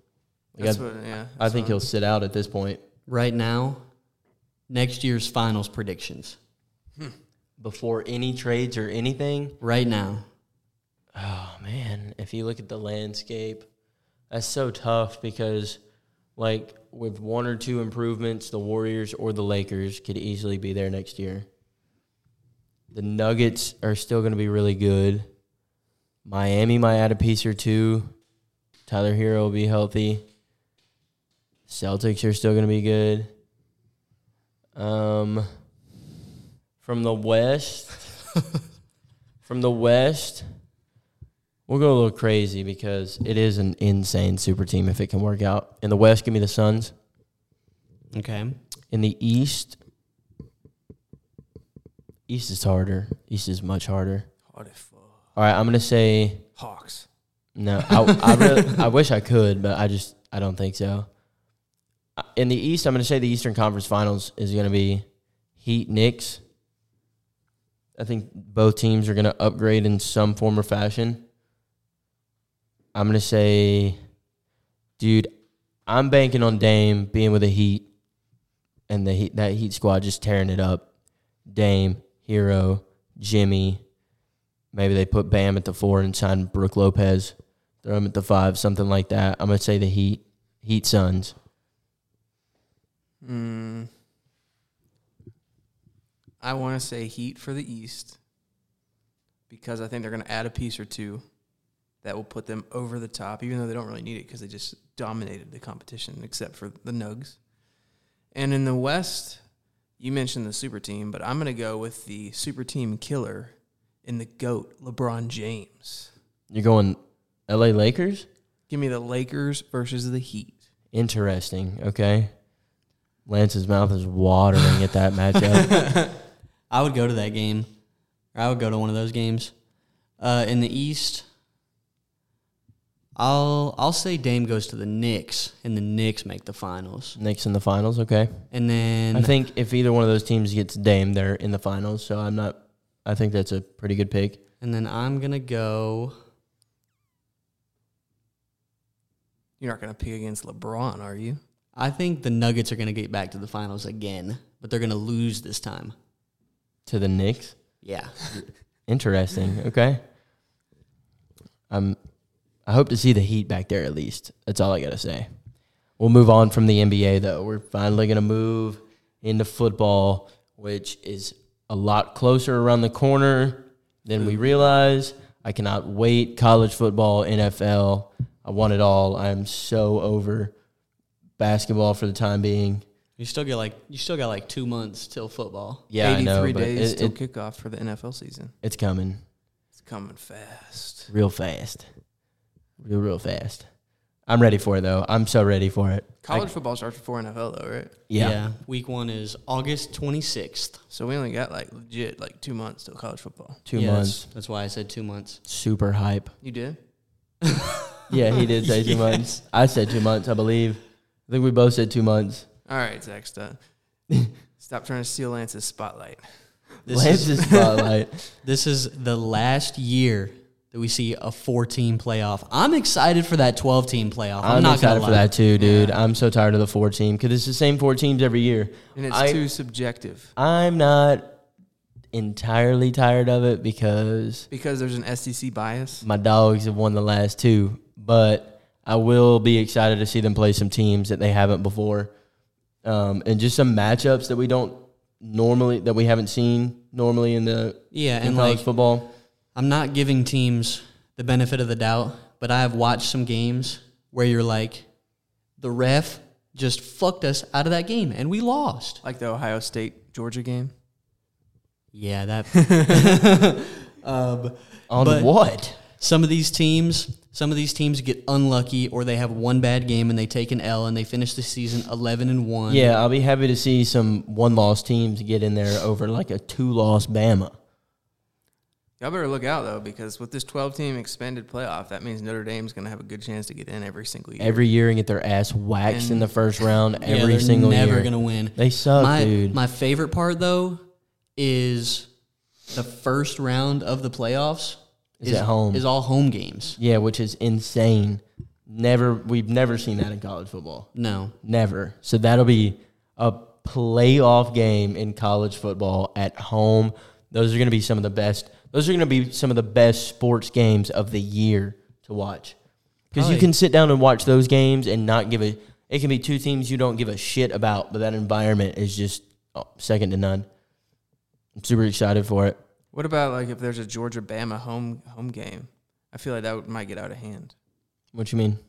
Speaker 1: Like,
Speaker 2: That's
Speaker 1: I,
Speaker 2: what, yeah,
Speaker 1: I
Speaker 2: that's
Speaker 1: think
Speaker 2: what-
Speaker 1: he'll sit out at this point
Speaker 3: Right now, next year's finals predictions.
Speaker 1: before any trades or anything.
Speaker 3: Right now,
Speaker 1: Oh man, if you look at the landscape, that's so tough because like with one or two improvements, the Warriors or the Lakers could easily be there next year. The Nuggets are still going to be really good. Miami might add a piece or two. Tyler Hero will be healthy. Celtics are still going to be good. Um, from the West, from the West, We'll go a little crazy because it is an insane super team if it can work out. In the West, give me the Suns.
Speaker 3: okay.
Speaker 1: In the East, East is harder. East is much harder.
Speaker 2: Hard as fuck.
Speaker 1: All right, I'm gonna say
Speaker 2: Hawks.
Speaker 1: no. I I, really, I wish I could, but I just I don't think so. Uh, In the East, I'm gonna say the Eastern Conference Finals is gonna be Heat Knicks. I think both teams are gonna upgrade in some form or fashion. I'm gonna say, dude, I'm banking on Dame being with the Heat, and the Heat, that Heat squad just tearing it up. Dame, Hero, Jimmy. Maybe they put Bam at the four and sign Brooke Lopez. Throw him at the five, something like that. I'm gonna say the Heat, Heat Suns.
Speaker 2: Mm. I want to say Heat for the East because I think they're going to add a piece or two that will put them over the top, even though they don't really need it because they just dominated the competition, except for the Nugs. And in the West, you mentioned the super team, but I'm going to go with the super team killer in the GOAT, LeBron James.
Speaker 1: You're going L.A. Lakers.
Speaker 2: Give me the Lakers versus the Heat.
Speaker 1: Interesting. Okay. Lance's mouth is watering at that matchup.
Speaker 3: I would go to that game. Or I would go to one of those games. Uh, in the East, I'll I'll say Dame goes to the Knicks, and the Knicks make the finals.
Speaker 1: Knicks in the finals. Okay.
Speaker 3: And then
Speaker 1: I think if either one of those teams gets Dame, they're in the finals. So I'm not. I think that's a pretty good pick.
Speaker 3: and then I'm gonna go.
Speaker 2: You're not going to pick against LeBron, are you?
Speaker 3: I think the Nuggets are going to get back to the finals again, but they're going to lose this time.
Speaker 1: to the Knicks.
Speaker 3: Yeah.
Speaker 1: Interesting. Okay. Um, I hope to see the Heat back there at least. That's all I gotta say. We'll move on from the NBA though. We're finally gonna move into football, which is a lot closer around the corner than we realize. I cannot wait. College football, NFL. I want it all. I'm so over basketball for the time being.
Speaker 3: you still get like you still got like 2 months till football.
Speaker 1: Yeah, I know,
Speaker 2: 83
Speaker 1: but
Speaker 2: days
Speaker 1: it-
Speaker 2: till
Speaker 1: it-
Speaker 2: kickoff for the NFL season.
Speaker 1: it's coming.
Speaker 2: It's coming fast.
Speaker 1: real fast, real real fast. I'm ready for it though. I'm so ready for it.
Speaker 2: College football starts before NFL though, right?
Speaker 1: Yeah,
Speaker 3: Week 1 is August 26th.
Speaker 2: So we only got like legit like two months till college football.
Speaker 1: two
Speaker 3: Yeah, that's-
Speaker 1: months,
Speaker 3: That's, why I said 2 months.
Speaker 1: super hype.
Speaker 2: You did?
Speaker 1: Yeah, he did say two months. I said two months, I believe. I think we both said two months.
Speaker 2: All right, Zach, stop. stop trying to steal Lance's spotlight.
Speaker 3: This is
Speaker 1: Lance's spotlight.
Speaker 3: this is the last year that we see a 4 team playoff. I'm excited for that 12 team playoff. I'm,
Speaker 1: I'm,
Speaker 3: not
Speaker 1: excited
Speaker 3: going
Speaker 1: for that too, dude. I'm so tired of the four team because it's the same four teams every year.
Speaker 2: And it's
Speaker 1: I-
Speaker 2: too subjective
Speaker 1: I'm not entirely tired of it because
Speaker 2: because there's an SEC bias.
Speaker 1: my dogs have won the last two, but I will be excited to see them play some teams that they haven't before, um, and just some matchups that we don't normally that we haven't seen normally in the
Speaker 3: Yeah,
Speaker 1: in
Speaker 3: and
Speaker 1: college
Speaker 3: like
Speaker 1: football.
Speaker 3: I'm not giving teams the benefit of the doubt, but I have watched some games where you're like, the ref just fucked us out of that game and we lost.
Speaker 2: Like the Ohio State Georgia game.
Speaker 3: Yeah, that. um,
Speaker 1: On
Speaker 3: But-
Speaker 1: what?
Speaker 3: some of these teams, some of these teams get unlucky or they have one bad game and they take an L and they finish the season 11 and one.
Speaker 1: Yeah, I'll be happy to see some one loss teams get in there over like a two loss Bama.
Speaker 2: Y'all better look out though, because with this 12 team expanded playoff, that means Notre Dame's going to have a good chance to get in every single year.
Speaker 1: Every year and get their ass waxed in the first round
Speaker 3: Yeah,
Speaker 1: every
Speaker 3: they're
Speaker 1: single
Speaker 3: never
Speaker 1: year.
Speaker 3: gonna win.
Speaker 1: They suck,
Speaker 3: my,
Speaker 1: dude.
Speaker 3: My favorite part though is the first round of the playoffs
Speaker 1: Is at home.
Speaker 3: Is all home games.
Speaker 1: yeah, which is insane. Never we've never seen that in college football.
Speaker 3: No,
Speaker 1: Never. So that'll be a playoff game in college football at home. Those are going to be some of the best. Those are going to be some of the best sports games of the year to watch. Because you
Speaker 3: Probably.
Speaker 1: can sit down and watch those games and not give a. It can be two teams you don't give a shit about, but that environment is just oh, second to none. I'm super excited for it.
Speaker 2: What about like if there's a Georgia Bama home home game? I feel like that would, might get out of hand
Speaker 1: What you mean?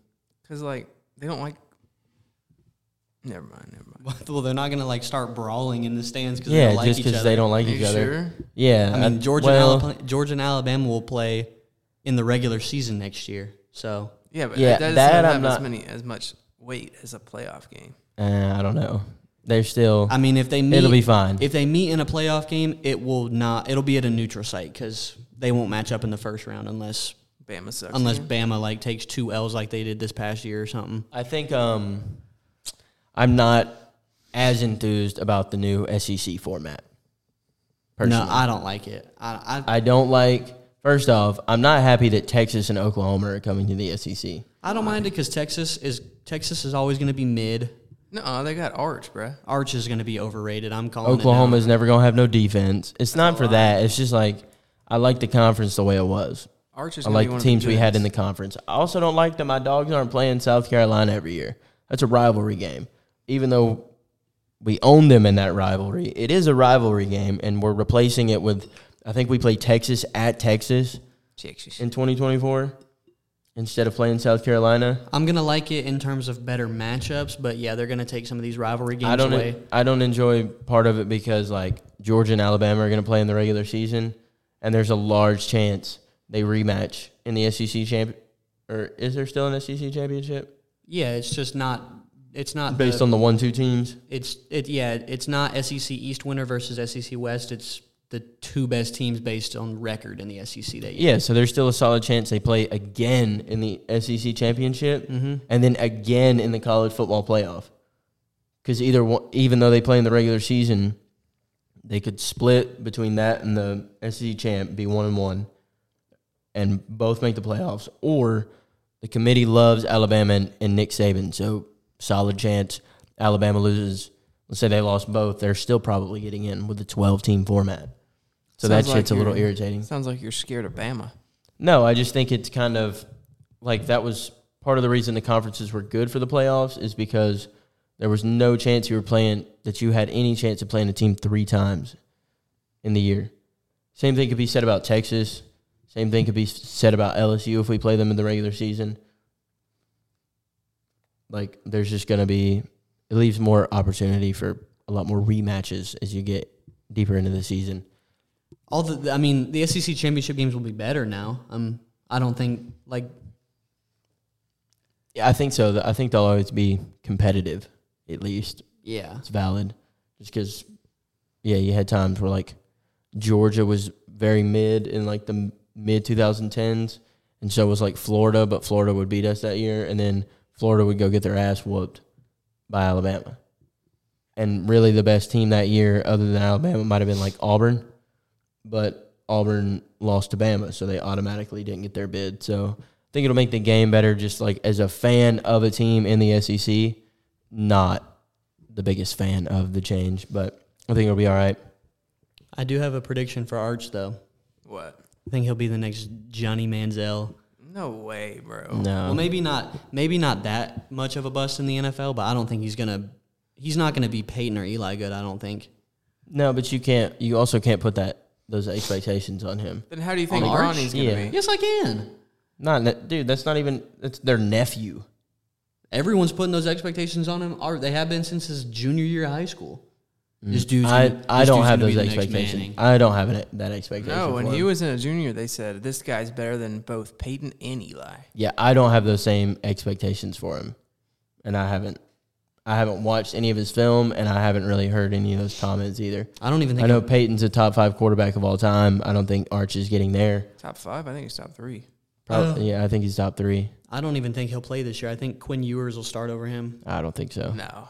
Speaker 2: because like they don't like. Never mind. Never mind.
Speaker 3: well, they're not gonna like start brawling in the stands because they
Speaker 1: Yeah,
Speaker 3: don't like
Speaker 1: just
Speaker 3: each
Speaker 1: because
Speaker 3: other.
Speaker 1: they don't like
Speaker 2: Are you
Speaker 1: each other.
Speaker 2: sure?
Speaker 1: Yeah, uh,
Speaker 3: I mean, Georgia,
Speaker 1: well,
Speaker 3: and Alabama, Georgia and Alabama will play in the regular season next year. So
Speaker 2: Yeah, but
Speaker 1: Yeah,
Speaker 2: that doesn't
Speaker 1: that
Speaker 2: have
Speaker 1: I'm
Speaker 2: as
Speaker 1: not-
Speaker 2: many as much weight as a playoff game.
Speaker 1: uh, I don't know. They're still.
Speaker 3: I mean, if they meet,
Speaker 1: It'll be fine.
Speaker 3: If they meet in a playoff game, it will not. It'll be at a neutral site because they won't match up in the first round unless
Speaker 2: Bama sucks.
Speaker 3: unless
Speaker 2: again.
Speaker 3: Bama like takes two L's like they did this past year or something.
Speaker 1: I think um, I'm not as enthused about the new SEC format. Personally,
Speaker 3: No, I don't like it. I, I
Speaker 1: I don't like. First off, I'm not happy that Texas and Oklahoma are coming to the E SEC.
Speaker 3: I don't mind it because Texas is Texas is always going to be mid.
Speaker 2: No, they got Arch, bruh.
Speaker 3: Arch is going to be overrated. I'm calling
Speaker 1: Oklahoma
Speaker 3: It
Speaker 1: is never gonna have no defense. It's not for that. It's just like I like the conference the way it was.
Speaker 2: Arch is.
Speaker 1: I
Speaker 2: gonna
Speaker 1: like
Speaker 2: be
Speaker 1: the
Speaker 2: one
Speaker 1: teams
Speaker 2: of the
Speaker 1: we had in
Speaker 2: goods.
Speaker 1: the conference. I also don't like that my dogs aren't playing South Carolina every year. That's a rivalry game. Even though we own them in that rivalry, it is a rivalry game, and we're replacing it with I think we play Texas at Texas
Speaker 2: Texas.
Speaker 1: in 2024 instead of playing South Carolina.
Speaker 3: now. I'm going to like it in terms of better matchups, but yeah, they're going to take some of these rivalry games
Speaker 1: I don't e-
Speaker 3: away.
Speaker 1: I don't enjoy part of it because like Georgia and Alabama are going to play in the regular season, and there's a large chance they rematch in the SEC champ. Or is there still an SEC championship?
Speaker 3: yeah, it's just not. It's not
Speaker 1: based
Speaker 3: the,
Speaker 1: on the one two teams.
Speaker 3: It's it yeah. It's not SEC East winner versus SEC West. It's the two best teams based on record in the SEC that year.
Speaker 1: Yeah, so there's still a solid chance they play again in the SEC championship,
Speaker 3: Mm-hmm.
Speaker 2: Mm-hmm.
Speaker 1: and then again in the college football playoff. Because either one, even though they play in the regular season, they could split between that and the SEC champ, be one and one, and both make the playoffs. Or the committee loves Alabama and, and Nick Saban, so solid chance Alabama loses, let's say they lost both, they're still probably getting in with the 12 team format. So
Speaker 2: Sounds
Speaker 1: that
Speaker 2: like
Speaker 1: shit's a little
Speaker 2: you're-
Speaker 1: irritating.
Speaker 2: Sounds like you're scared of Bama.
Speaker 1: No, I just think it's kind of like that was part of the reason the conferences were good for the playoffs is because there was no chance you were playing that you had any chance of playing a team three times in the year. Same thing could be said about Texas. Same thing could be said about LSU if we play them in the regular season. Like there's just going to be it leaves more opportunity for a lot more rematches as you get deeper into the season.
Speaker 3: All the, I mean, the SEC championship games will be better now. Um, I don't think like
Speaker 1: Yeah, I think so. I think they'll always be competitive, at least.
Speaker 3: yeah,
Speaker 1: It's valid. Just because, yeah, you had times where, like, Georgia was very mid in, like, the mid 2010s, and so was, like, Florida, but Florida would beat us that year, and then Florida would go get their ass whooped by Alabama. And really, the best team that year, other than Alabama, might have been, like, Auburn, but Auburn lost to Bama, so they automatically didn't get their bid. So I think it'll make the game better, just like as a fan of a team in the SEC, not the biggest fan of the change, but I think it'll be all right.
Speaker 3: I do have a prediction for Arch though.
Speaker 2: What?
Speaker 3: I think he'll be the next Johnny Manziel. Um,
Speaker 2: No way, bro.
Speaker 1: No,
Speaker 3: Oh, Well, maybe not. Maybe not that much of a bust in the NFL, but I don't think he's gonna. He's not gonna be Peyton or Eli good. I don't think.
Speaker 1: no, but you can't. You also can't put that those expectations on him.
Speaker 2: Then how do you think
Speaker 3: On Arch?
Speaker 2: Ronnie's gonna
Speaker 1: Yeah.
Speaker 2: be?
Speaker 3: Yes, I can.
Speaker 1: Not, ne- dude. That's not even. That's their nephew.
Speaker 3: Everyone's putting those expectations on him. Are they have been since his junior year of high school? This dude's.
Speaker 1: I
Speaker 3: gonna-
Speaker 1: I
Speaker 3: this
Speaker 1: don't
Speaker 3: dude's
Speaker 1: have
Speaker 3: gonna be
Speaker 1: those
Speaker 3: the next
Speaker 1: expectations.
Speaker 3: Manning.
Speaker 1: I don't have an, that expectation.
Speaker 2: No, when
Speaker 1: for
Speaker 2: he
Speaker 1: him.
Speaker 2: was in a junior, they said this guy's better than both Peyton and Eli.
Speaker 1: Yeah, I don't have those same expectations for him, and I haven't. I haven't watched any of his film, and I haven't really heard any of those comments either.
Speaker 3: I don't even
Speaker 1: I
Speaker 3: think.
Speaker 1: know Peyton's a top five quarterback of all time. I don't think Arch is getting there.
Speaker 2: Top five, I think he's top three.
Speaker 3: Oh.
Speaker 1: Probably, yeah, I think he's top three.
Speaker 3: I don't even think he'll play this year. I think Quinn Ewers will start over him.
Speaker 1: I don't think so.
Speaker 2: No,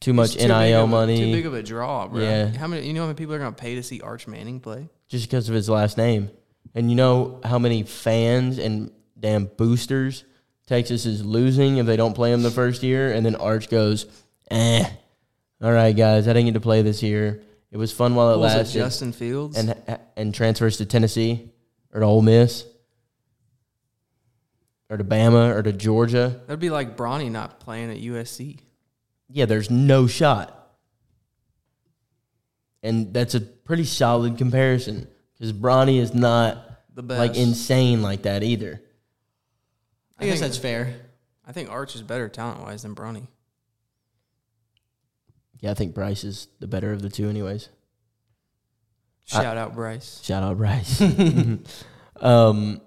Speaker 1: Too much
Speaker 2: It's too big
Speaker 1: NIL
Speaker 2: of a-
Speaker 1: money.
Speaker 2: Too big of a draw, bro.
Speaker 1: Yeah.
Speaker 2: How many? You know how many people are gonna pay to see Arch Manning play?
Speaker 1: just because of his last name. And you know how many fans and damn boosters Texas is losing if they don't play him the first year, and then Arch goes, "Eh, all right, guys, I didn't get to play this year. It was fun while it
Speaker 2: What was it,
Speaker 1: lasted."
Speaker 2: Justin Fields.
Speaker 1: Oh, and and transfers to Tennessee or to Ole Miss or to Bama or to Georgia.
Speaker 2: That'd be like Bronny not playing at USC.
Speaker 1: Yeah, there's no shot. And that's a pretty solid comparison because Bronny is not
Speaker 2: The best.
Speaker 1: like insane like that either.
Speaker 3: I, guess
Speaker 2: think-
Speaker 3: that's fair.
Speaker 2: I think Arch is better talent wise than Bronny.
Speaker 1: Yeah, I think Bryce is the better of the two, anyways. I-
Speaker 2: Shout out Bryce.
Speaker 1: Shout out Bryce. um,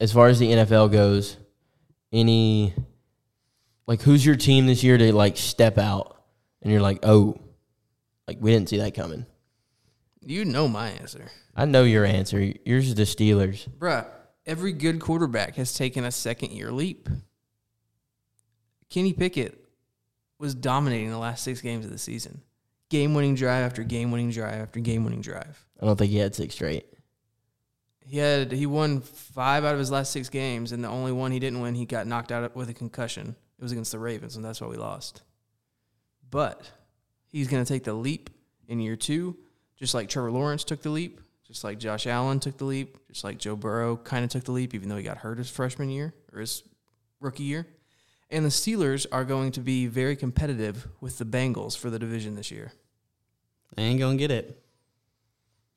Speaker 1: as far as the NFL goes, any like who's your team this year to like step out and you're like, oh, like we didn't see that coming.
Speaker 2: You know my answer,
Speaker 1: I know your answer. Yours is the Steelers.
Speaker 2: Bruh, Every good quarterback has taken a second year leap. Kenny Pickett was dominating the last six games of the season. Game winning drive after game winning drive after game winning drive.
Speaker 1: I don't think he had six straight.
Speaker 2: He had he won five out of his last six games, and the only one he didn't win, he got knocked out with a concussion. It was against the Ravens, and that's why we lost. But he's going to take the leap in year two, just like Trevor Lawrence took the leap, just like Josh Allen took the leap, just like Joe Burrow kind of took the leap, even though he got hurt his freshman year or his rookie year. And the Steelers are going to be very competitive with the Bengals for the division this year.
Speaker 3: I ain't gonna get it.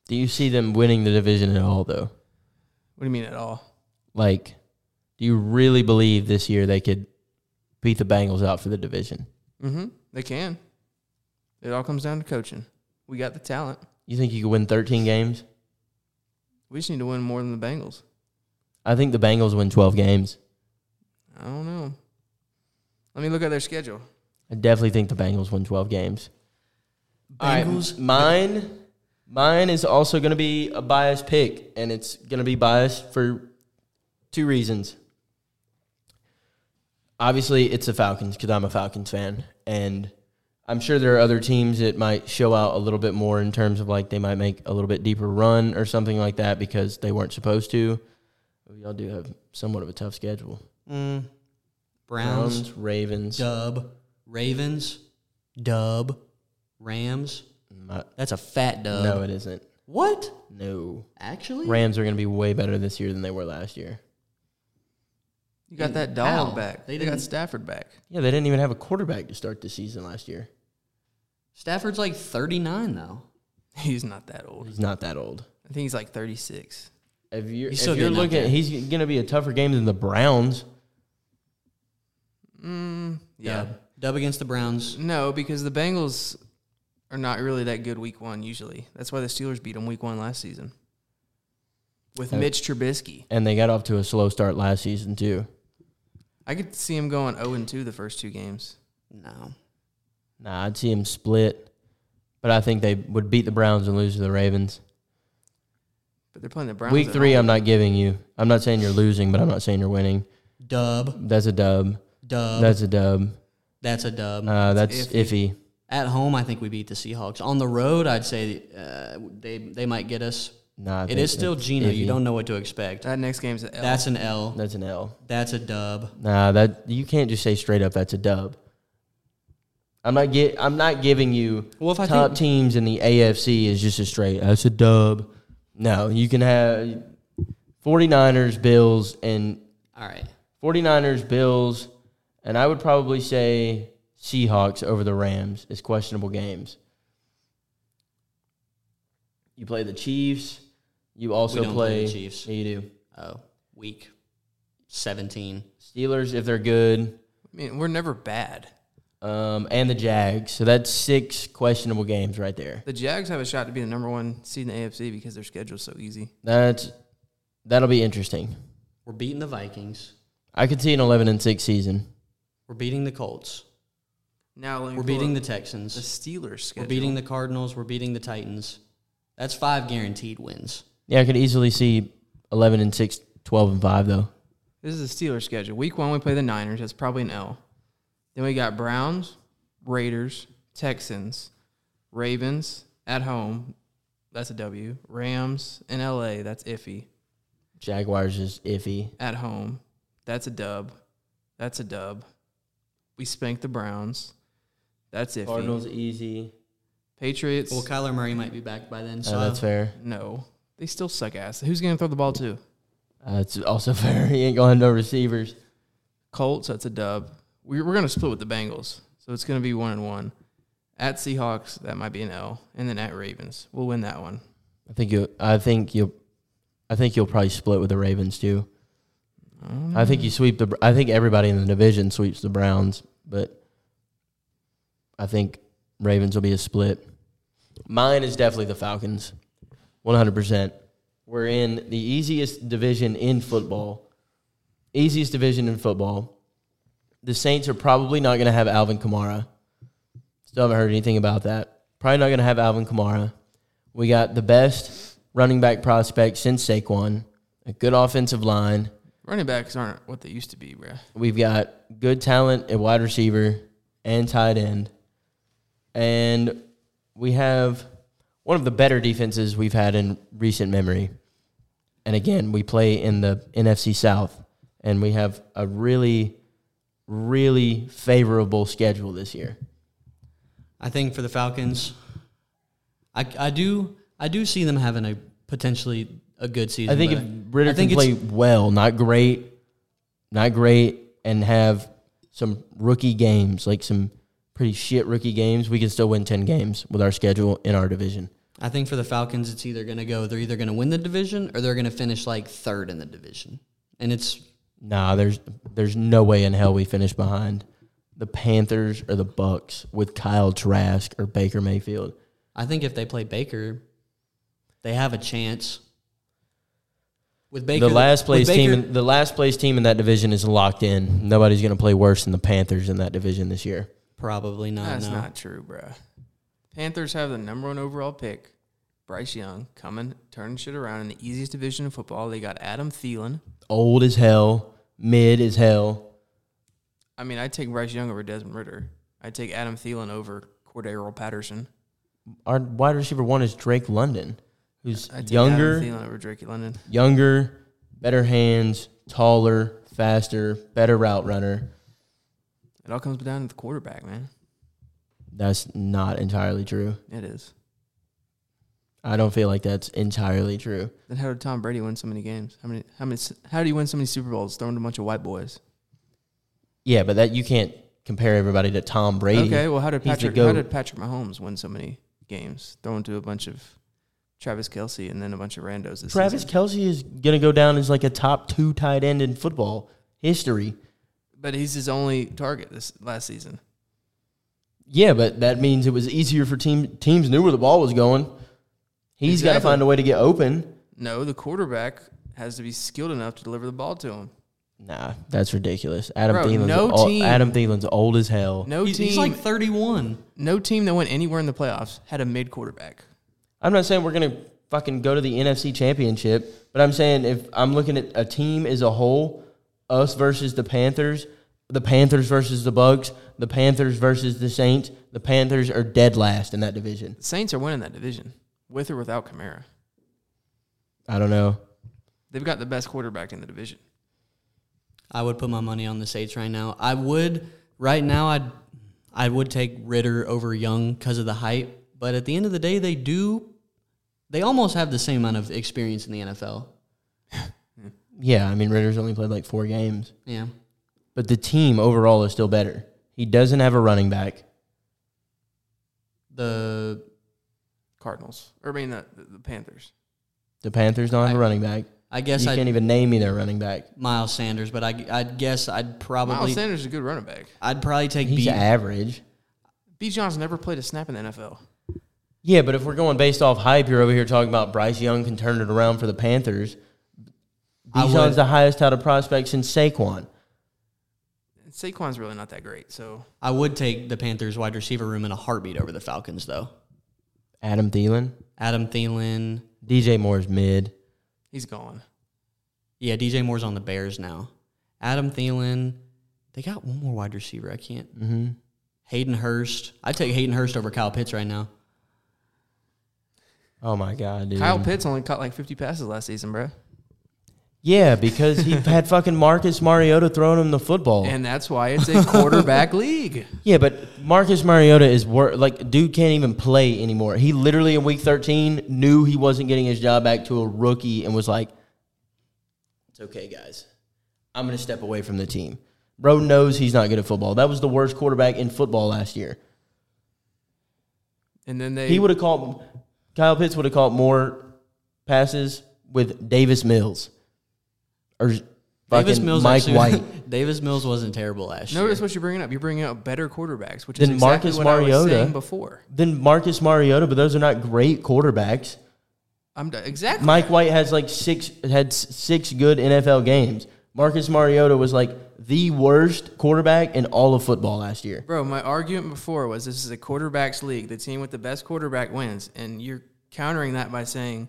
Speaker 1: Do you see them winning the division at all, though?
Speaker 2: What do you mean at all?
Speaker 1: Like, do you really believe this year they could beat the Bengals out for the division?
Speaker 2: Mm-hmm. They can. It all comes down to coaching. We got the talent.
Speaker 1: You think you could win 13 games?
Speaker 2: We just need to win more than the Bengals.
Speaker 1: I think the Bengals win 12 games.
Speaker 2: I don't know. Let me look at their schedule.
Speaker 1: I definitely think the Bengals win 12 games.
Speaker 3: Bengals.
Speaker 1: mine mine is also going to be a biased pick and it's going to be biased for two reasons. Obviously, it's the Falcons cuz I'm a Falcons fan and I'm sure there are other teams that might show out a little bit more in terms of like they might make a little bit deeper run or something like that because they weren't supposed to. Y'all do have somewhat of a tough schedule.
Speaker 3: Mm, Browns.
Speaker 1: Ravens,
Speaker 3: Dub. Ravens, dub, Rams.
Speaker 1: My-
Speaker 3: That's a fat dub.
Speaker 1: no, it isn't.
Speaker 3: What?
Speaker 1: No.
Speaker 3: Actually?
Speaker 1: Rams are going to be way better this year than they were last year.
Speaker 2: You got
Speaker 3: They-
Speaker 2: that dog
Speaker 3: how?
Speaker 2: back.
Speaker 3: They
Speaker 2: They, got
Speaker 3: didn't-
Speaker 2: Stafford back.
Speaker 1: Yeah, they didn't even have a quarterback to start the season last year.
Speaker 3: Stafford's like 39 though.
Speaker 2: He's not that old.
Speaker 1: He's not that old.
Speaker 2: I think he's like 36.
Speaker 1: If you're,
Speaker 3: He's
Speaker 1: if
Speaker 3: still
Speaker 1: you're
Speaker 3: getting up
Speaker 1: looking,
Speaker 3: there.
Speaker 1: he's going to be a tougher game than the Browns.
Speaker 2: Mm, Yeah.
Speaker 3: Dub. Dub against the Browns.
Speaker 2: No, because the Bengals are not really that good week one usually. That's why the Steelers beat them week one last season with
Speaker 1: Yeah.
Speaker 2: Mitch Trubisky.
Speaker 1: And they got off to a slow start last season, too.
Speaker 2: I could see him going 0 and 2 the first two games.
Speaker 3: No.
Speaker 1: Nah, I'd see him split, but I think they would beat the Browns and lose to the Ravens.
Speaker 2: But they're playing the Browns.
Speaker 1: Week
Speaker 2: at
Speaker 1: three,
Speaker 2: home.
Speaker 1: I'm not giving you. I'm not saying you're losing, but I'm not saying you're winning.
Speaker 3: Dub.
Speaker 1: That's a dub.
Speaker 3: Dub. That's,
Speaker 1: That's a dub.
Speaker 3: a dub.
Speaker 1: Uh, that's iffy.
Speaker 3: At home, I think we beat the Seahawks. On the road, I'd say uh, they they might get us.
Speaker 1: Nah, I
Speaker 3: It
Speaker 1: think
Speaker 3: is still
Speaker 1: that's
Speaker 3: Geno. You
Speaker 1: iffy.
Speaker 3: don't know what to expect.
Speaker 2: That next game's an L.
Speaker 3: That's an L.
Speaker 1: That's an L.
Speaker 3: That's a dub.
Speaker 1: Nah, that you can't just say straight up. That's a dub. I'm not get. I'm not giving you
Speaker 3: Well, if I
Speaker 1: top
Speaker 3: think-
Speaker 1: teams in the AFC is just a straight. That's a dub. No, you can have 49ers, Bills, and
Speaker 3: All right.
Speaker 1: 49ers, Bills, and I would probably say Seahawks over the Rams is questionable games. You play the Chiefs. You also
Speaker 3: We don't play
Speaker 1: play,
Speaker 3: the Chiefs.
Speaker 1: Yeah, you do.
Speaker 3: Oh, week 17.
Speaker 1: Steelers if they're good,
Speaker 2: I mean, we're never bad.
Speaker 1: um, and the Jags. So that's six questionable games right there.
Speaker 2: The Jags have a shot to be the number one seed in the AFC because their schedule's so easy.
Speaker 1: That's that'll be interesting.
Speaker 3: We're beating the Vikings.
Speaker 1: I could see an eleven and six season.
Speaker 3: We're beating the Colts.
Speaker 2: Now let me
Speaker 3: We're
Speaker 2: pull
Speaker 3: beating the
Speaker 2: up the
Speaker 3: Texans.
Speaker 2: Steelers schedule.
Speaker 3: We're beating the Cardinals. We're beating the Titans. That's five guaranteed wins.
Speaker 1: Yeah, I could easily see eleven and six, 12 and five though.
Speaker 2: This is the Steelers schedule. Week one, we play the Niners. That's probably an L. Then we got Browns, Raiders, Texans, Ravens at home. That's a W. Rams in LA. That's iffy.
Speaker 1: Jaguars is iffy.
Speaker 2: At home. That's a dub. That's a dub. We spank the Browns. That's iffy.
Speaker 1: Cardinals easy.
Speaker 2: Patriots.
Speaker 3: Well, Kyler Murray might be back by then. So
Speaker 1: Uh, that's fair.
Speaker 2: no. They still suck ass. Who's going to throw the ball to?
Speaker 1: Uh, it's also fair. He ain't gonna have no receivers.
Speaker 2: Colts, that's a dub. We're, we're going to split with the Bengals, so it's going to be one and one. At Seahawks, that might be an L, and then at Ravens, we'll win that one.
Speaker 1: I think you. I think you. I think you'll probably split with the Ravens too. I think you sweep the. I think everybody in the division sweeps the Browns, but I think Ravens will be a split. Mine is definitely the Falcons, one hundred percent. We're in the easiest division in football, easiest division in football. The Saints are probably not going to have Alvin Kamara. Still haven't heard anything about that. Probably not going to have Alvin Kamara. We got the best running back prospect since Saquon, a good offensive line.
Speaker 2: Running backs aren't what they used to be, bruh.
Speaker 1: We've got good talent at wide receiver and tight end. And we have one of the better defenses we've had in recent memory. And again, we play in the NFC South, and we have a really, really favorable schedule this year.
Speaker 3: I think for the Falcons, I, I do I do see them having a potentially a good season.
Speaker 1: I think if
Speaker 3: but
Speaker 1: Ritter
Speaker 3: I think
Speaker 1: can
Speaker 3: it's-
Speaker 1: play well, not great, not great, and have some rookie games, like some pretty shit rookie games, we can still win ten games with our schedule in our division.
Speaker 3: I think for the Falcons, it's either going to go they're either going to win the division or they're going to finish like third in the division, and it's
Speaker 1: Nah, there's there's no way in hell we finish behind the Panthers or the Bucks with Kyle Trask or Baker Mayfield.
Speaker 3: I think if they play Baker, they have a chance. With Baker,
Speaker 1: the last place
Speaker 3: with
Speaker 1: team,
Speaker 3: Baker-
Speaker 1: in, the last place team in that division is locked in. Nobody's going to play worse than the Panthers in that division this year.
Speaker 3: probably not.
Speaker 2: That's
Speaker 3: no.
Speaker 2: not true, bruh. Panthers have the number one overall pick, Bryce Young, coming, turning shit around in the easiest division of football. They got Adam Thielen.
Speaker 1: Old as hell, mid as hell.
Speaker 2: I mean, I take Bryce Young over Desmond Ritter. I take Adam Thielen over Cordero Patterson.
Speaker 1: our wide receiver one is Drake London, who's
Speaker 2: I take
Speaker 1: younger,
Speaker 2: Adam Thielen over Drake London.
Speaker 1: younger, better hands, taller, faster, better route runner.
Speaker 2: It all comes down to the quarterback, man.
Speaker 1: That's not entirely true.
Speaker 2: It is.
Speaker 1: I don't feel like that's entirely true.
Speaker 2: Then how did Tom Brady win so many games? How many? How many? s- How do you win so many Super Bowls throwing to a bunch of white boys?
Speaker 1: Yeah, but that you can't compare everybody to Tom Brady.
Speaker 2: Okay, well, how did
Speaker 1: He's the
Speaker 2: Patrick? How
Speaker 1: goat.
Speaker 2: did Patrick Mahomes win so many games throwing to a bunch of Travis Kelsey and then a bunch of randos? This
Speaker 1: Travis
Speaker 2: season?
Speaker 1: Kelsey is gonna go down as like a top two tight end in football history.
Speaker 2: but he's his only target this last season.
Speaker 1: Yeah, but that means it was easier for team teams knew where the ball was going. He's got to
Speaker 2: Exactly.
Speaker 1: find a way to get open.
Speaker 2: No, the quarterback has to be skilled enough to deliver the ball to him.
Speaker 1: Nah, that's ridiculous. Adam
Speaker 2: Bro,
Speaker 1: Thielen's
Speaker 2: no
Speaker 1: ol-
Speaker 2: team-
Speaker 1: Adam Thielen's old as hell.
Speaker 2: No
Speaker 3: He's,
Speaker 2: team,
Speaker 3: he's like 31.
Speaker 2: no team that went anywhere in the playoffs had a mid quarterback.
Speaker 1: I'm not saying we're gonna fucking go to the NFC Championship, but I'm saying if I'm looking at a team as a whole, us versus the Panthers, the Panthers versus the Bucks, the Panthers versus the Saints, the Panthers are dead last in that division.
Speaker 2: The Saints are winning that division with or without Kamara.
Speaker 1: I don't know.
Speaker 2: They've got the best quarterback in the division.
Speaker 3: I would put my money on the Saints right now. I would right now. I'd I would take Ritter over Young because of the hype. But at the end of the day, they do. They almost have the same amount of experience in the NFL.
Speaker 1: Yeah, I mean Ritter's only played like four games,
Speaker 3: Yeah,
Speaker 1: but the team overall is still better. He doesn't have a running back.
Speaker 3: the
Speaker 2: Cardinals, or I mean the, the, the Panthers.
Speaker 1: The Panthers don't have a
Speaker 3: I-
Speaker 1: running back.
Speaker 3: I guess
Speaker 1: you
Speaker 3: I
Speaker 1: can't
Speaker 3: would
Speaker 1: even name me their running back.
Speaker 3: Miles Sanders, but I I guess I'd
Speaker 2: Miles
Speaker 3: probably
Speaker 2: Sanders is a good running back.
Speaker 3: I'd probably take
Speaker 1: He's
Speaker 3: B.
Speaker 1: average.
Speaker 2: B. John's never played a snap in the NFL.
Speaker 1: Yeah, but if we're going based off hype, you're over here talking about Bryce Young can turn it around for the Panthers.
Speaker 3: I
Speaker 1: Bijan's
Speaker 3: would-
Speaker 1: the highest out of prospects since Saquon.
Speaker 2: And Saquon's really not that great. So
Speaker 3: I would take the Panthers wide receiver room in a heartbeat over the Falcons though.
Speaker 1: Adam Thielen,
Speaker 3: Adam Thielen,
Speaker 1: DJ Moore's mid.
Speaker 2: he's gone.
Speaker 3: yeah, DJ Moore's on the Bears now. Adam Thielen, they got one more wide receiver. I can't.
Speaker 1: hmm
Speaker 3: Hayden Hurst. I take Hayden Hurst over Kyle Pitts right now.
Speaker 1: Oh my god, dude.
Speaker 2: Kyle Pitts only caught like 50 passes last season, bro.
Speaker 1: Yeah, because he had fucking Marcus Mariota throwing him the football.
Speaker 2: And that's why it's a quarterback league.
Speaker 1: yeah, but Marcus Mariota is wor- like dude can't even play anymore. He literally in week 13 knew he wasn't getting his job back to a rookie and was like, "It's okay, guys. I'm gonna step away from the team." Bro knows he's not good at football. That was the worst quarterback in football last year.
Speaker 2: And then they
Speaker 1: He would have caught Kyle Pitts would have caught more passes with Davis Mills or
Speaker 3: Davis
Speaker 1: fucking
Speaker 3: Mills
Speaker 1: Mike
Speaker 3: actually-
Speaker 1: White
Speaker 3: Davis Mills wasn't terrible last year.
Speaker 2: notice what you're bringing up. You're bringing up better quarterbacks, which
Speaker 1: Then
Speaker 2: is exactly
Speaker 1: Marcus
Speaker 2: what I was
Speaker 1: Mariota.
Speaker 2: saying before.
Speaker 1: than Marcus Mariota, but those are not great quarterbacks.
Speaker 2: I'm d- exactly
Speaker 1: Mike White has like six had s- six good NFL games. Marcus Mariota was like the worst quarterback in all of football last year.
Speaker 2: Bro, my argument before was this is a quarterbacks league. The team with the best quarterback wins, and you're countering that by saying,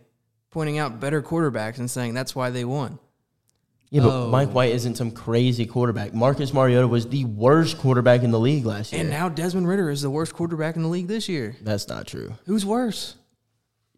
Speaker 2: pointing out better quarterbacks and saying that's why they won.
Speaker 1: Yeah, but
Speaker 3: Oh.
Speaker 1: Mike White isn't some crazy quarterback. Marcus Mariota was the worst quarterback in the league last year.
Speaker 2: And now Desmond Ritter is the worst quarterback in the league this year.
Speaker 1: That's not true.
Speaker 2: Who's worse?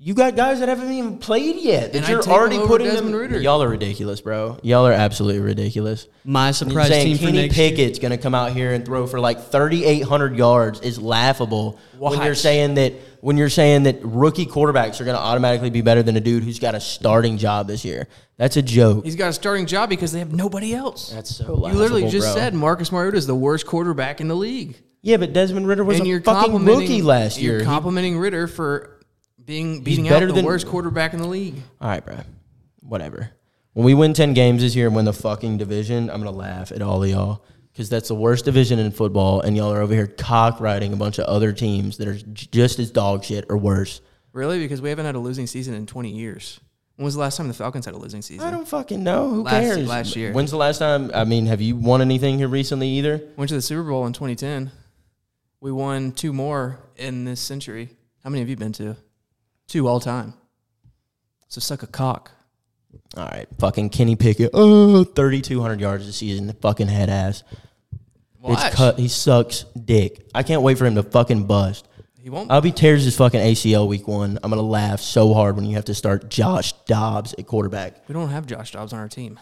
Speaker 1: You got guys that haven't even played yet. That
Speaker 2: And I
Speaker 1: you're
Speaker 2: take 'em
Speaker 1: already
Speaker 2: over
Speaker 1: putting them.
Speaker 2: Desmond Ritter.
Speaker 1: Y'all are ridiculous, bro. Y'all are absolutely ridiculous.
Speaker 3: My
Speaker 1: And
Speaker 3: surprise
Speaker 1: saying
Speaker 3: team for
Speaker 1: Kenny
Speaker 3: next year.
Speaker 1: Pickett's going to come out here and throw for like 3,800 yards is laughable. When you're
Speaker 2: Watch.
Speaker 1: saying that, when you're saying that rookie quarterbacks are going to automatically be better than a dude who's got a starting job this year, that's a joke.
Speaker 2: He's got a starting job because they have nobody else.
Speaker 1: That's so laughable.
Speaker 2: you literally just
Speaker 1: bro.
Speaker 2: said Marcus Mariota is the worst quarterback in the league,
Speaker 1: Yeah, but Desmond Ritter was
Speaker 2: and
Speaker 1: a
Speaker 2: you're
Speaker 1: fucking
Speaker 2: complimenting
Speaker 1: rookie last year.
Speaker 2: You're
Speaker 1: He-
Speaker 2: complimenting Ritter for being beating out
Speaker 1: better
Speaker 2: the
Speaker 1: than-
Speaker 2: worst quarterback in the league.
Speaker 1: All right, bro. Whatever. When we win 10 games this year and win the fucking division, I'm going to laugh at all of y'all because that's the worst division in football, and y'all are over here cock riding a bunch of other teams that are j- just as dog shit or worse.
Speaker 2: Really, because we haven't had a losing season in 20 years. When was the last time the Falcons had a losing season?
Speaker 1: I don't fucking know. Who
Speaker 2: Last-
Speaker 1: cares?
Speaker 2: last year.
Speaker 1: When's the last time? I mean, have you won anything here recently either?
Speaker 2: Went to the Super Bowl in 2010. We won two more in this century. How many have you been to? Two all time. So suck a cock.
Speaker 1: All right. Fucking Kenny Pickett. Oh, 3,200 yards this season. Fucking head ass.
Speaker 2: Watch.
Speaker 1: It's cut. He sucks dick. I can't wait for him to fucking bust.
Speaker 2: He won't.
Speaker 1: I'll be tears his fucking ACL week one. I'm gonna laugh so hard when you have to start Josh Dobbs at quarterback
Speaker 2: we don't have Josh Dobbs on our team.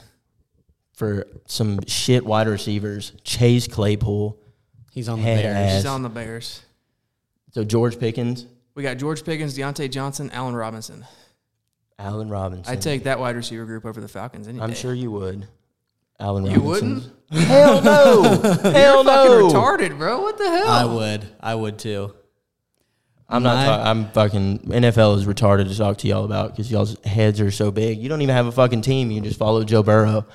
Speaker 1: for some shit wide receivers. Chase Claypool.
Speaker 3: He's on the
Speaker 1: Head
Speaker 3: Bears.
Speaker 1: ass.
Speaker 2: He's on the Bears.
Speaker 1: So George Pickens,
Speaker 2: We got George Pickens, Deontay Johnson, Allen Robinson.
Speaker 1: Allen Robinson.
Speaker 2: I take that wide receiver group over the Falcons any
Speaker 1: I'm
Speaker 2: day.
Speaker 1: sure you would. Allen
Speaker 2: You
Speaker 1: Robinson.
Speaker 2: wouldn't?
Speaker 1: Hell no. Hell
Speaker 2: Fucking
Speaker 1: no.
Speaker 2: retarded, bro. What the hell?
Speaker 3: I would. I would too.
Speaker 1: I'm not.
Speaker 3: My-
Speaker 1: ta- I'm fucking. NFL is retarded to talk to y'all about because y'all's heads are so big. You don't even have a fucking team. You just follow Joe Burrow.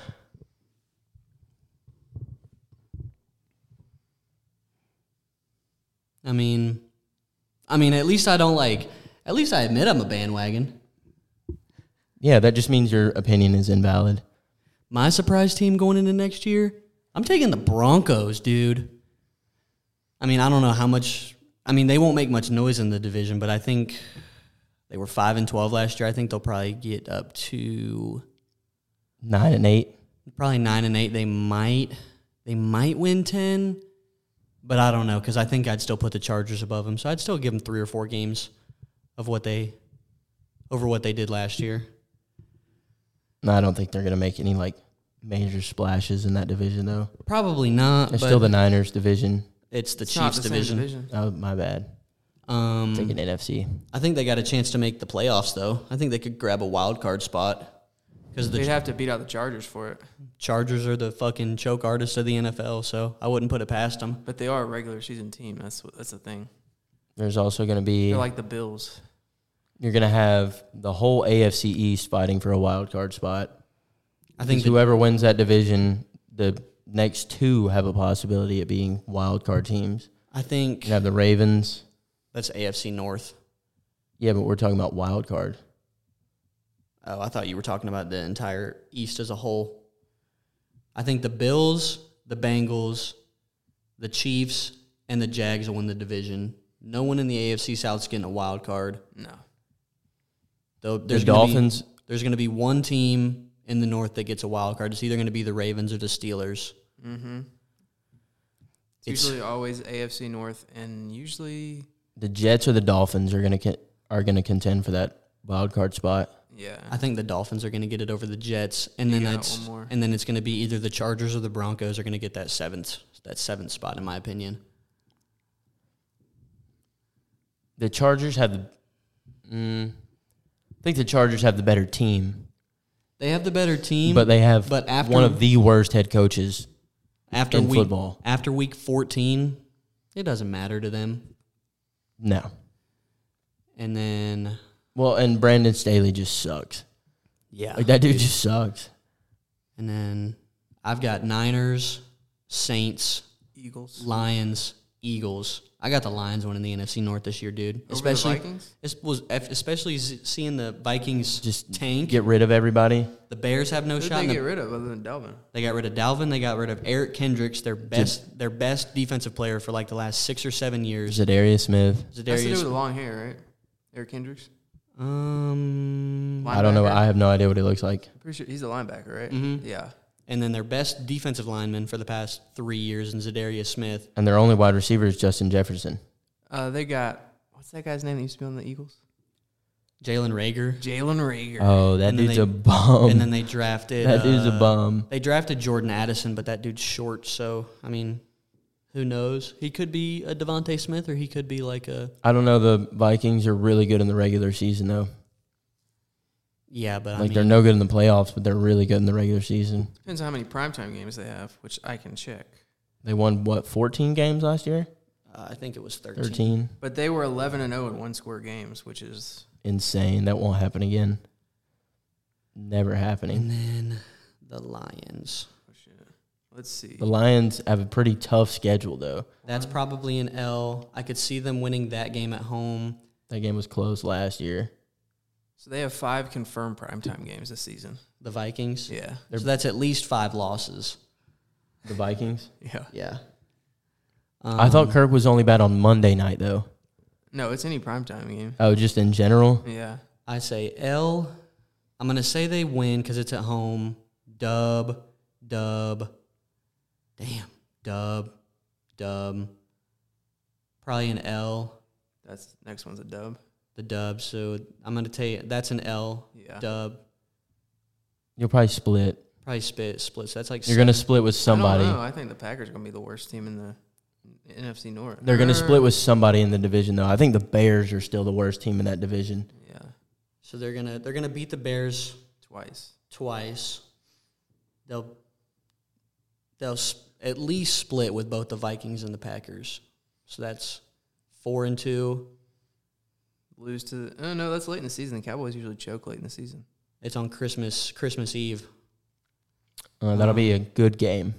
Speaker 3: I mean, I mean, at least I don't like. At least I admit I'm a bandwagon.
Speaker 1: Yeah, that just means your opinion is invalid.
Speaker 3: My surprise team going into next year, I'm taking the Broncos, dude. I mean, I don't know how much. I mean, they won't make much noise in the division, but I think they were five and twelve last year. I think they'll probably get up to
Speaker 1: Nine and eight.
Speaker 3: probably nine and eight. They might, they might win ten, but I don't know because I think I'd still put the Chargers above them. So I'd still give them three or four games of what they over what they did last year.
Speaker 1: No, I don't think they're gonna make any like major splashes in that division though.
Speaker 3: Probably not.
Speaker 1: It's
Speaker 3: but
Speaker 1: still the Niners division.
Speaker 3: it's the
Speaker 2: It's not
Speaker 3: Chiefs
Speaker 2: the same
Speaker 3: division.
Speaker 1: Oh, my bad.
Speaker 3: Um,
Speaker 1: Taking NFC.
Speaker 3: I think they got a chance to make the playoffs, though. I think they could grab a wild card spot because the
Speaker 2: They'd have to beat out the Chargers for it,
Speaker 3: Chargers are the fucking choke artists of the NFL. So I wouldn't put it past them.
Speaker 2: but they are a regular season team. That's what, that's the thing.
Speaker 1: There's also gonna be
Speaker 2: They're like the Bills.
Speaker 1: you're gonna have the whole AFC East fighting for a wild card spot.
Speaker 3: I
Speaker 1: I think
Speaker 3: think the,
Speaker 1: whoever wins that division, the next two have a possibility of being wild card teams.
Speaker 3: I think
Speaker 1: You have the Ravens.
Speaker 3: that's AFC North.
Speaker 1: Yeah, but we're talking about wild card.
Speaker 3: Oh, I thought you were talking about the entire East as a whole. I think the Bills, the Bengals, the Chiefs, and the Jags will win the division. No one in the AFC South's getting a wild card.
Speaker 2: No,
Speaker 3: Though
Speaker 1: The
Speaker 3: there's gonna be-
Speaker 1: Dolphins.
Speaker 3: there's going to be one team in the North that gets a wild card. It's either going to be the Ravens or the Steelers.
Speaker 2: Mm-hmm. it's, usually always AFC North, and usually,
Speaker 1: the Jets or the Dolphins are gonna con- are gonna contend for that wild card spot.
Speaker 2: yeah,
Speaker 3: I think the Dolphins are going to get it over the Jets, and then
Speaker 2: got
Speaker 3: that's
Speaker 2: one more.
Speaker 3: and then it's going to be either the Chargers or the Broncos are going to get that seventh that seventh spot in my opinion.
Speaker 1: The Chargers have the. Mm, I think the Chargers have the better team,
Speaker 3: They have the better team,
Speaker 1: but they have
Speaker 3: But after-
Speaker 1: one of the worst head coaches.
Speaker 3: after
Speaker 1: in
Speaker 3: week
Speaker 1: football.
Speaker 3: after week fourteen, it doesn't matter to them.
Speaker 1: No.
Speaker 3: And then
Speaker 1: Well, and Brandon Staley just sucks.
Speaker 3: yeah,
Speaker 1: Like that dude just sucks.
Speaker 3: and then I've got Niners, Saints,
Speaker 2: Eagles,
Speaker 3: Lions, Eagles. I got the Lions winning the NFC North this year, dude. Especially
Speaker 2: Vikings?
Speaker 3: es- was eff- especially s- seeing the Vikings
Speaker 1: Just
Speaker 3: just tank.
Speaker 1: Get rid of everybody.
Speaker 3: the Bears have no
Speaker 2: Who did
Speaker 3: shot.
Speaker 2: they
Speaker 3: in
Speaker 2: get
Speaker 3: the,
Speaker 2: rid of other than Delvin?
Speaker 3: they got rid of Dalvin. They got rid of Eric Kendricks, their best their best defensive player for like the last six or seven years.
Speaker 1: Zadarius Smith.
Speaker 2: That's to do with the
Speaker 3: Zadarius.
Speaker 2: long hair, right? Eric Kendricks.
Speaker 3: Um,
Speaker 1: I don't know.
Speaker 2: Linebacker?
Speaker 1: I have no idea what he looks like.
Speaker 2: Pretty sure he's a linebacker, right? Yeah.
Speaker 3: mm-hmm. and then their best defensive lineman for the past three years in Zadarius Smith.
Speaker 1: And their only wide receiver is Justin Jefferson.
Speaker 2: Uh, they got what's that guy's name that used to be on the Eagles?
Speaker 3: Jalen Rager.
Speaker 2: Jalen Rager.
Speaker 1: Oh, that
Speaker 3: And then
Speaker 1: dude's
Speaker 3: they-
Speaker 1: a bum.
Speaker 3: and then they drafted
Speaker 1: Oh. that dude's a
Speaker 3: uh,
Speaker 1: bum.
Speaker 3: They drafted Jordan Addison, but that dude's short, so I mean, who knows? He could be a Devonte Smith, or he could be like a
Speaker 1: I don't know. The Vikings are really good in the regular season, though.
Speaker 3: yeah. But I
Speaker 1: Like
Speaker 3: mean,
Speaker 1: they're no good in the playoffs, but they're really good in the regular season.
Speaker 2: Depends on how many primetime games they have, which I can check.
Speaker 1: They won what 14 games last year?
Speaker 3: uh, I think it was thirteen.
Speaker 1: 13.
Speaker 2: But they were eleven and zero in one score games, which is
Speaker 1: Insane. That won't happen again. Never happening.
Speaker 3: And then the Lions.
Speaker 2: oh, let's see.
Speaker 1: The Lions have a pretty tough schedule though.
Speaker 3: That's probably an L. I could see them winning that game at home.
Speaker 1: That game was close last year.
Speaker 2: So they have five confirmed primetime games this season.
Speaker 3: The Vikings.
Speaker 2: Yeah.
Speaker 3: So that's at least five losses.
Speaker 1: The Vikings.
Speaker 2: Yeah.
Speaker 3: Yeah. Um,
Speaker 1: I thought Kirk was only bad on Monday night though.
Speaker 2: No, it's any primetime game.
Speaker 1: Oh, just in general.
Speaker 2: Yeah.
Speaker 3: I say L. I'm gonna say they win because it's at home. Dub, dub, damn, dub, dub. Probably an L.
Speaker 2: That's next one's a dub.
Speaker 3: The dub. So I'm gonna take that's an L.
Speaker 2: Yeah.
Speaker 3: Dub.
Speaker 1: You'll probably split.
Speaker 3: Probably spit splits. That's like
Speaker 1: You're gonna split with
Speaker 2: I
Speaker 1: somebody.
Speaker 2: don't know. I think the Packers are gonna be the worst team in the NFC North.
Speaker 1: They're going
Speaker 2: Er,
Speaker 1: to split with somebody in the division, though. I think the Bears are still the worst team in that division.
Speaker 2: Yeah,
Speaker 3: So they're gonna they're gonna beat the Bears
Speaker 2: twice.
Speaker 3: twice. They'll they'll sp- at least split with both the Vikings and the Packers. So that's four and two.
Speaker 2: Lose to the, oh no, that's late in the season. The Cowboys usually choke late in the season.
Speaker 3: It's on Christmas Christmas Eve.
Speaker 1: Uh, that'll be a good game,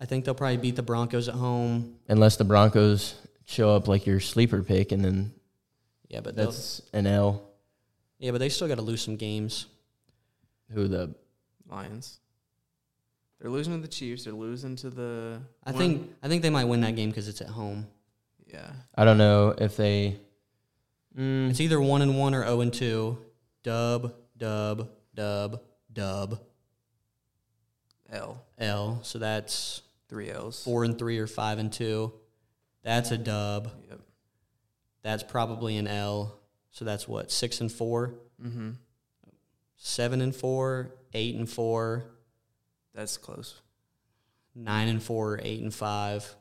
Speaker 3: I think they'll probably beat the Broncos at home.
Speaker 1: unless the Broncos show up like your sleeper pick, and then
Speaker 3: Yeah, but they'll-
Speaker 1: that's an L.
Speaker 3: yeah, but they still got to lose some games.
Speaker 1: Who the
Speaker 2: Lions. They're losing to the Chiefs. They're losing to the.
Speaker 3: I
Speaker 2: one-
Speaker 3: think I think they might win that game because it's at home.
Speaker 2: Yeah.
Speaker 1: I don't know if they. mm,
Speaker 3: It's either one and one or zero and two. Dub, dub, dub, dub,
Speaker 2: L.
Speaker 3: L. So that's
Speaker 2: Three L's.
Speaker 3: four and three or five and two. That's a dub.
Speaker 2: Yep.
Speaker 3: That's probably an L. So that's what six and four,
Speaker 2: Mm-hmm.
Speaker 3: seven and four, eight and four,
Speaker 2: That's close.
Speaker 3: nine and four, eight and five.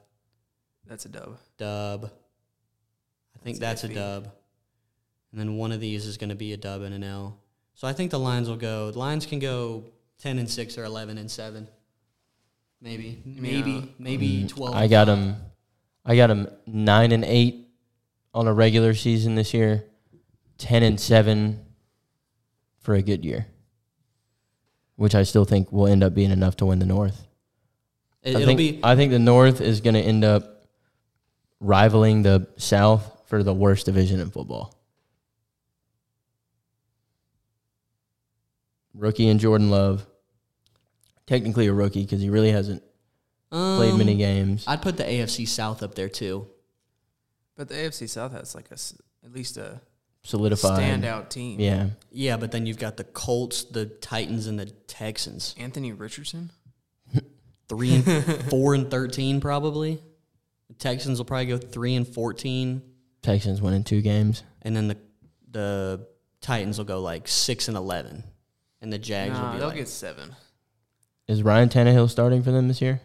Speaker 2: That's a dub.
Speaker 3: Dub. I think
Speaker 2: That's
Speaker 3: that's,
Speaker 2: iffy.
Speaker 3: a dub. And then one of these is going to be a dub and an L. So I think the Lions will go. The Lions can go ten and six or eleven and seven. Maybe, maybe,
Speaker 2: uh,
Speaker 3: maybe twelve.
Speaker 1: Mm, I got them. I got them nine and eight on a regular season this year, ten and seven for a good year, which I still think will end up being enough to win the North.
Speaker 3: It,
Speaker 1: I
Speaker 3: it'll
Speaker 1: think,
Speaker 3: be
Speaker 1: I think the North is going to end up rivaling the South for the worst division in football. Rookie and Jordan Love, technically a rookie because he really hasn't played
Speaker 3: um,
Speaker 1: many games.
Speaker 3: I'd put the AFC South up there too.
Speaker 2: But the AFC South has like a s- at least a
Speaker 1: solidified.
Speaker 2: standout team.
Speaker 1: Yeah,
Speaker 3: Yeah, but then you've got the Colts, the Titans, and the Texans.
Speaker 2: Anthony Richardson.
Speaker 3: Three and four and thirteen probably. The Texans will probably go three and fourteen,
Speaker 1: Texans winning two games.
Speaker 3: and then the the Titans will go like six and eleven, and the Jags
Speaker 2: Nah,
Speaker 3: will be
Speaker 2: they'll
Speaker 3: like
Speaker 2: get seven.
Speaker 1: Is Ryan Tannehill starting for them this year?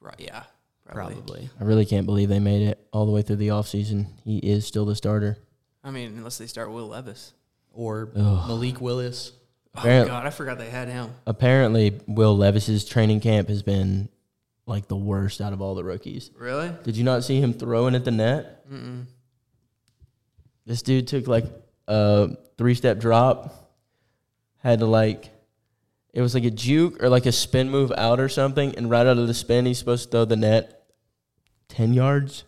Speaker 2: Right. Yeah. Probably.
Speaker 3: probably.
Speaker 1: I really can't believe they made it all the way through the offseason. He is still the starter.
Speaker 2: I mean, unless they start Will Levis.
Speaker 3: or Malik Willis.
Speaker 2: Oh
Speaker 1: Apparent-
Speaker 2: God, I forgot they had him.
Speaker 1: Apparently, Will Levis's training camp has been like the worst out of all the rookies.
Speaker 2: Really?
Speaker 1: Did you not see him throwing at the net? Mm-mm. This dude took like a three step drop, had to like, it was like a juke or like a spin move out or something. And right out of the spin, he's supposed to throw the net 10 yards.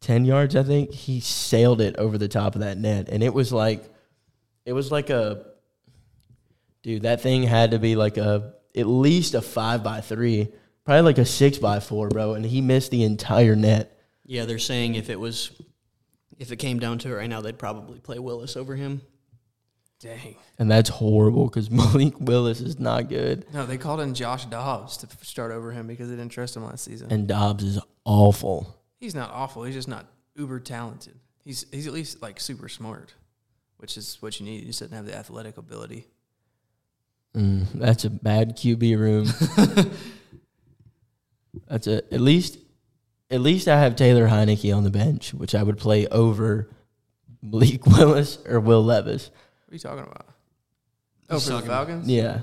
Speaker 1: 10 yards, I think. He sailed it over the top of that net. And it was like, it was like a, dude, that thing had to be like a, at least a five by three, probably like a six by four, bro. And he missed the entire net.
Speaker 3: Yeah, they're saying if it was, if it came down to it right now, they'd probably play Willis over him.
Speaker 2: Dang.
Speaker 1: And that's horrible because Malik Willis is not good.
Speaker 2: No, they called in Josh Dobbs to f- start over him because they didn't trust him last season.
Speaker 1: And Dobbs is awful.
Speaker 2: he's not awful. He's just not uber talented. He's he's at least like super smart, which is what you need. He just doesn't have the athletic ability.
Speaker 1: Mm, that's a bad QB room. that's a at least at least I have Taylor Heineke on the bench, which I would play over Malik Willis or Will Levis.
Speaker 2: What are you talking about? Oh,
Speaker 3: He's
Speaker 2: for the
Speaker 3: talking about-
Speaker 2: Falcons.
Speaker 1: Yeah.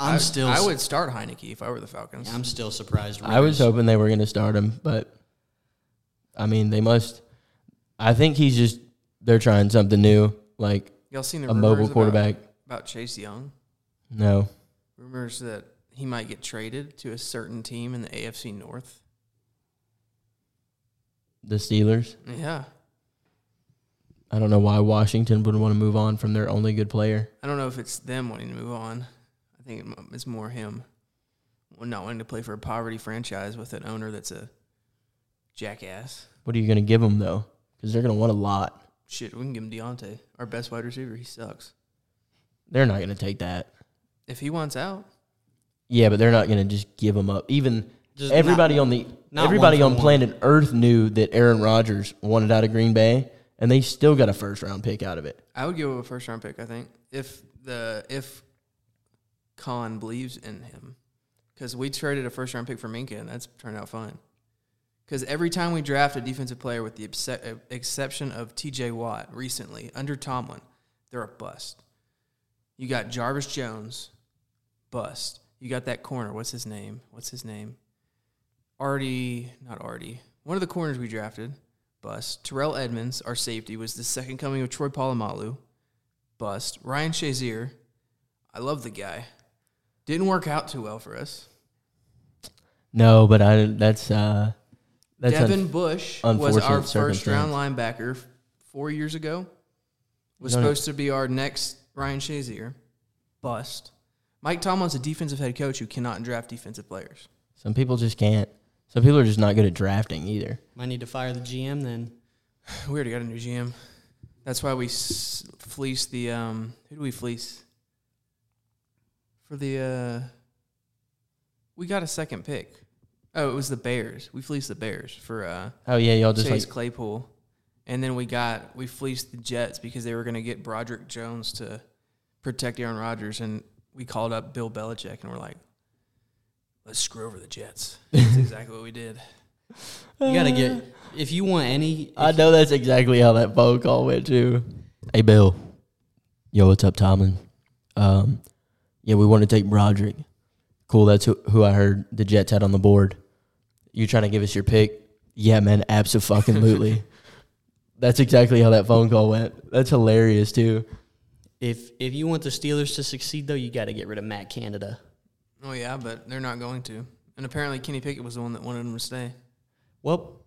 Speaker 3: I'm
Speaker 2: I-
Speaker 3: still,
Speaker 2: I would start Heineke if I were the Falcons.
Speaker 3: I'm still surprised.
Speaker 1: I was
Speaker 3: Rivers-
Speaker 1: hoping they were gonna start him, but I mean they must I think he's just they're trying something new, like
Speaker 2: Y'all seen the
Speaker 1: a
Speaker 2: rumors
Speaker 1: mobile
Speaker 2: about-
Speaker 1: quarterback.
Speaker 2: about Chase Young?
Speaker 1: No.
Speaker 2: Rumors that he might get traded to a certain team in the AFC North.
Speaker 1: The Steelers.
Speaker 2: Yeah,
Speaker 1: I don't know why Washington would want to move on from their only good player.
Speaker 2: I don't know if it's them wanting to move on. I think it m- it's more him not wanting to play for a poverty franchise with an owner that's a jackass.
Speaker 1: What are you gonna give them though? Because they're gonna want a lot.
Speaker 2: Shit, we can give him Deontay, our best wide receiver. He sucks.
Speaker 1: They're not going to take that.
Speaker 2: If he wants out,
Speaker 1: Yeah, but they're not going to just give them up. Even
Speaker 3: Just
Speaker 1: everybody on the
Speaker 3: not
Speaker 1: everybody
Speaker 3: one for
Speaker 1: on
Speaker 3: one.
Speaker 1: planet Earth knew that Aaron Rodgers wanted out of Green Bay, and they still got a first round pick out of it.
Speaker 2: I would give him a first round pick. I think if the if Khan believes in him, because we traded a first round pick for Minka, and that's turned out fine. Because every time we draft a defensive player, with the obse- uh, exception of T.J. Watt recently under Tomlin, they're a bust. You got Jarvis Jones, bust. You got that corner. What's his name? What's his name? Artie, not Artie. One of the corners we drafted, bust. Terrell Edmonds, our safety, was the second coming of Troy Polamalu, bust. Ryan Shazier, I love the guy. Didn't work out too well for us.
Speaker 1: No, but I that's uh that's un-
Speaker 2: Devin Bush was our
Speaker 1: unfortunate
Speaker 2: first round linebacker f- four years ago. Was
Speaker 1: No, no.
Speaker 2: supposed to be our next Ryan Shazier. Bust. Mike Tomlin's a defensive head coach who cannot draft defensive players.
Speaker 1: some people just can't. Some people are just not good at drafting either.
Speaker 3: Might need to fire the GM then.
Speaker 2: We already got a new GM. That's why we s- fleece the um. Who do we fleece? For the uh. We got a second pick. Oh, it was the Bears. We fleeced the Bears for uh.
Speaker 1: Oh yeah, y'all just
Speaker 2: Chase
Speaker 1: like
Speaker 2: Claypool, and then we got we fleeced the Jets because they were going to get Broderick Jones to protect Aaron Rodgers, and we called up Bill Belichick, and we're like, "Let's screw over the Jets." That's exactly what we did.
Speaker 3: You gotta get if you want any.
Speaker 1: I know that's exactly how that phone call went too. Hey Bill. Yo, what's up, Tomlin? Um yeah, we want to take Broderick. Cool, that's who, who I heard the Jets had on the board. You trying to give us your pick? Yeah, man, absolutely. that's exactly how that phone call went. That's hilarious too.
Speaker 3: If if you want the Steelers to succeed though, you gotta get rid of Matt Canada.
Speaker 2: Oh yeah, but they're not going to. And apparently, Kenny Pickett was the one that wanted him to stay.
Speaker 3: Well,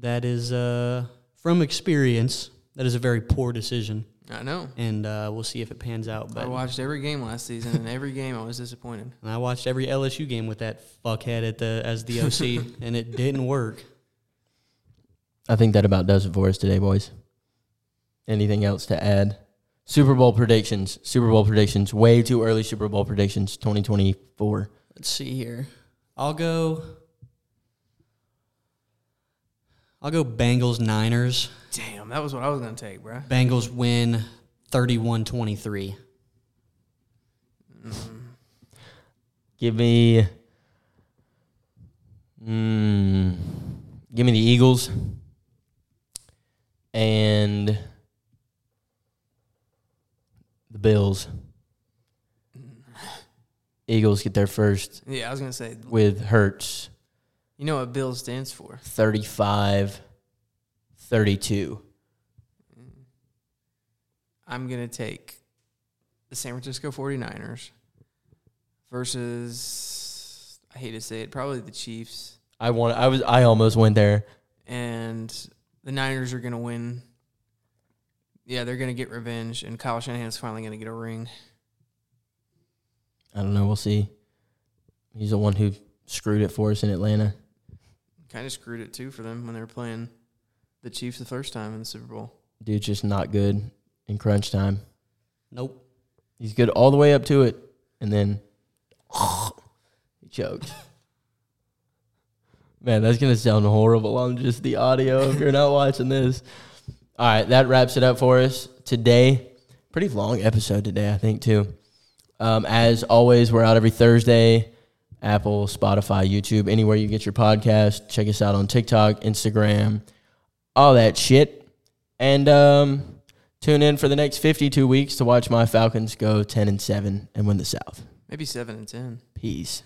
Speaker 3: that is uh, from experience. That is a very poor decision,
Speaker 2: I know.
Speaker 3: and uh, we'll see if it pans out. But
Speaker 2: I watched every game last season, and every game I was disappointed.
Speaker 3: and I watched every LSU game with that fuckhead at the as the OC, and it didn't work.
Speaker 1: I think that about does it for us today, boys. Anything else to add? Super Bowl predictions. Super Bowl predictions. Way too early Super Bowl predictions 2024.
Speaker 3: Let's see here. I'll go. I'll go Bengals Niners.
Speaker 2: Damn, that was what I was going to take, bruh.
Speaker 3: Bengals win 31-23.
Speaker 1: Give me. Mm, give me the Eagles. And the Bills. Eagles get their first
Speaker 2: Yeah, I was going to say.
Speaker 1: with Hertz
Speaker 2: You know what Bill stands for?
Speaker 1: 35 32.
Speaker 2: I'm going to take the San Francisco 49ers versus, I hate to say it, probably the Chiefs.
Speaker 1: I want. I was. I almost went there.
Speaker 2: And the Niners are going to win. Yeah, they're going to get revenge. And Kyle Shanahan's finally going to get a ring.
Speaker 1: I don't know. We'll see. He's the one who screwed it for us in Atlanta.
Speaker 2: Kind of screwed it too for them when they were playing the Chiefs the first time in the Super Bowl.
Speaker 1: Dude's just not good in crunch time.
Speaker 3: Nope.
Speaker 1: He's good all the way up to it, and then he choked. Man, that's gonna sound horrible on just the audio if you're not watching this. All right, that wraps it up for us today. Pretty long episode today, I think too. Um, as always, we're out every Thursday. Apple, Spotify, YouTube, anywhere you get your podcast. Check us out on TikTok, Instagram, all that shit. And um, tune in for the next 52 weeks to watch my Falcons go 10 and 7 and win the South.
Speaker 2: Maybe 7 and 10.
Speaker 1: Peace.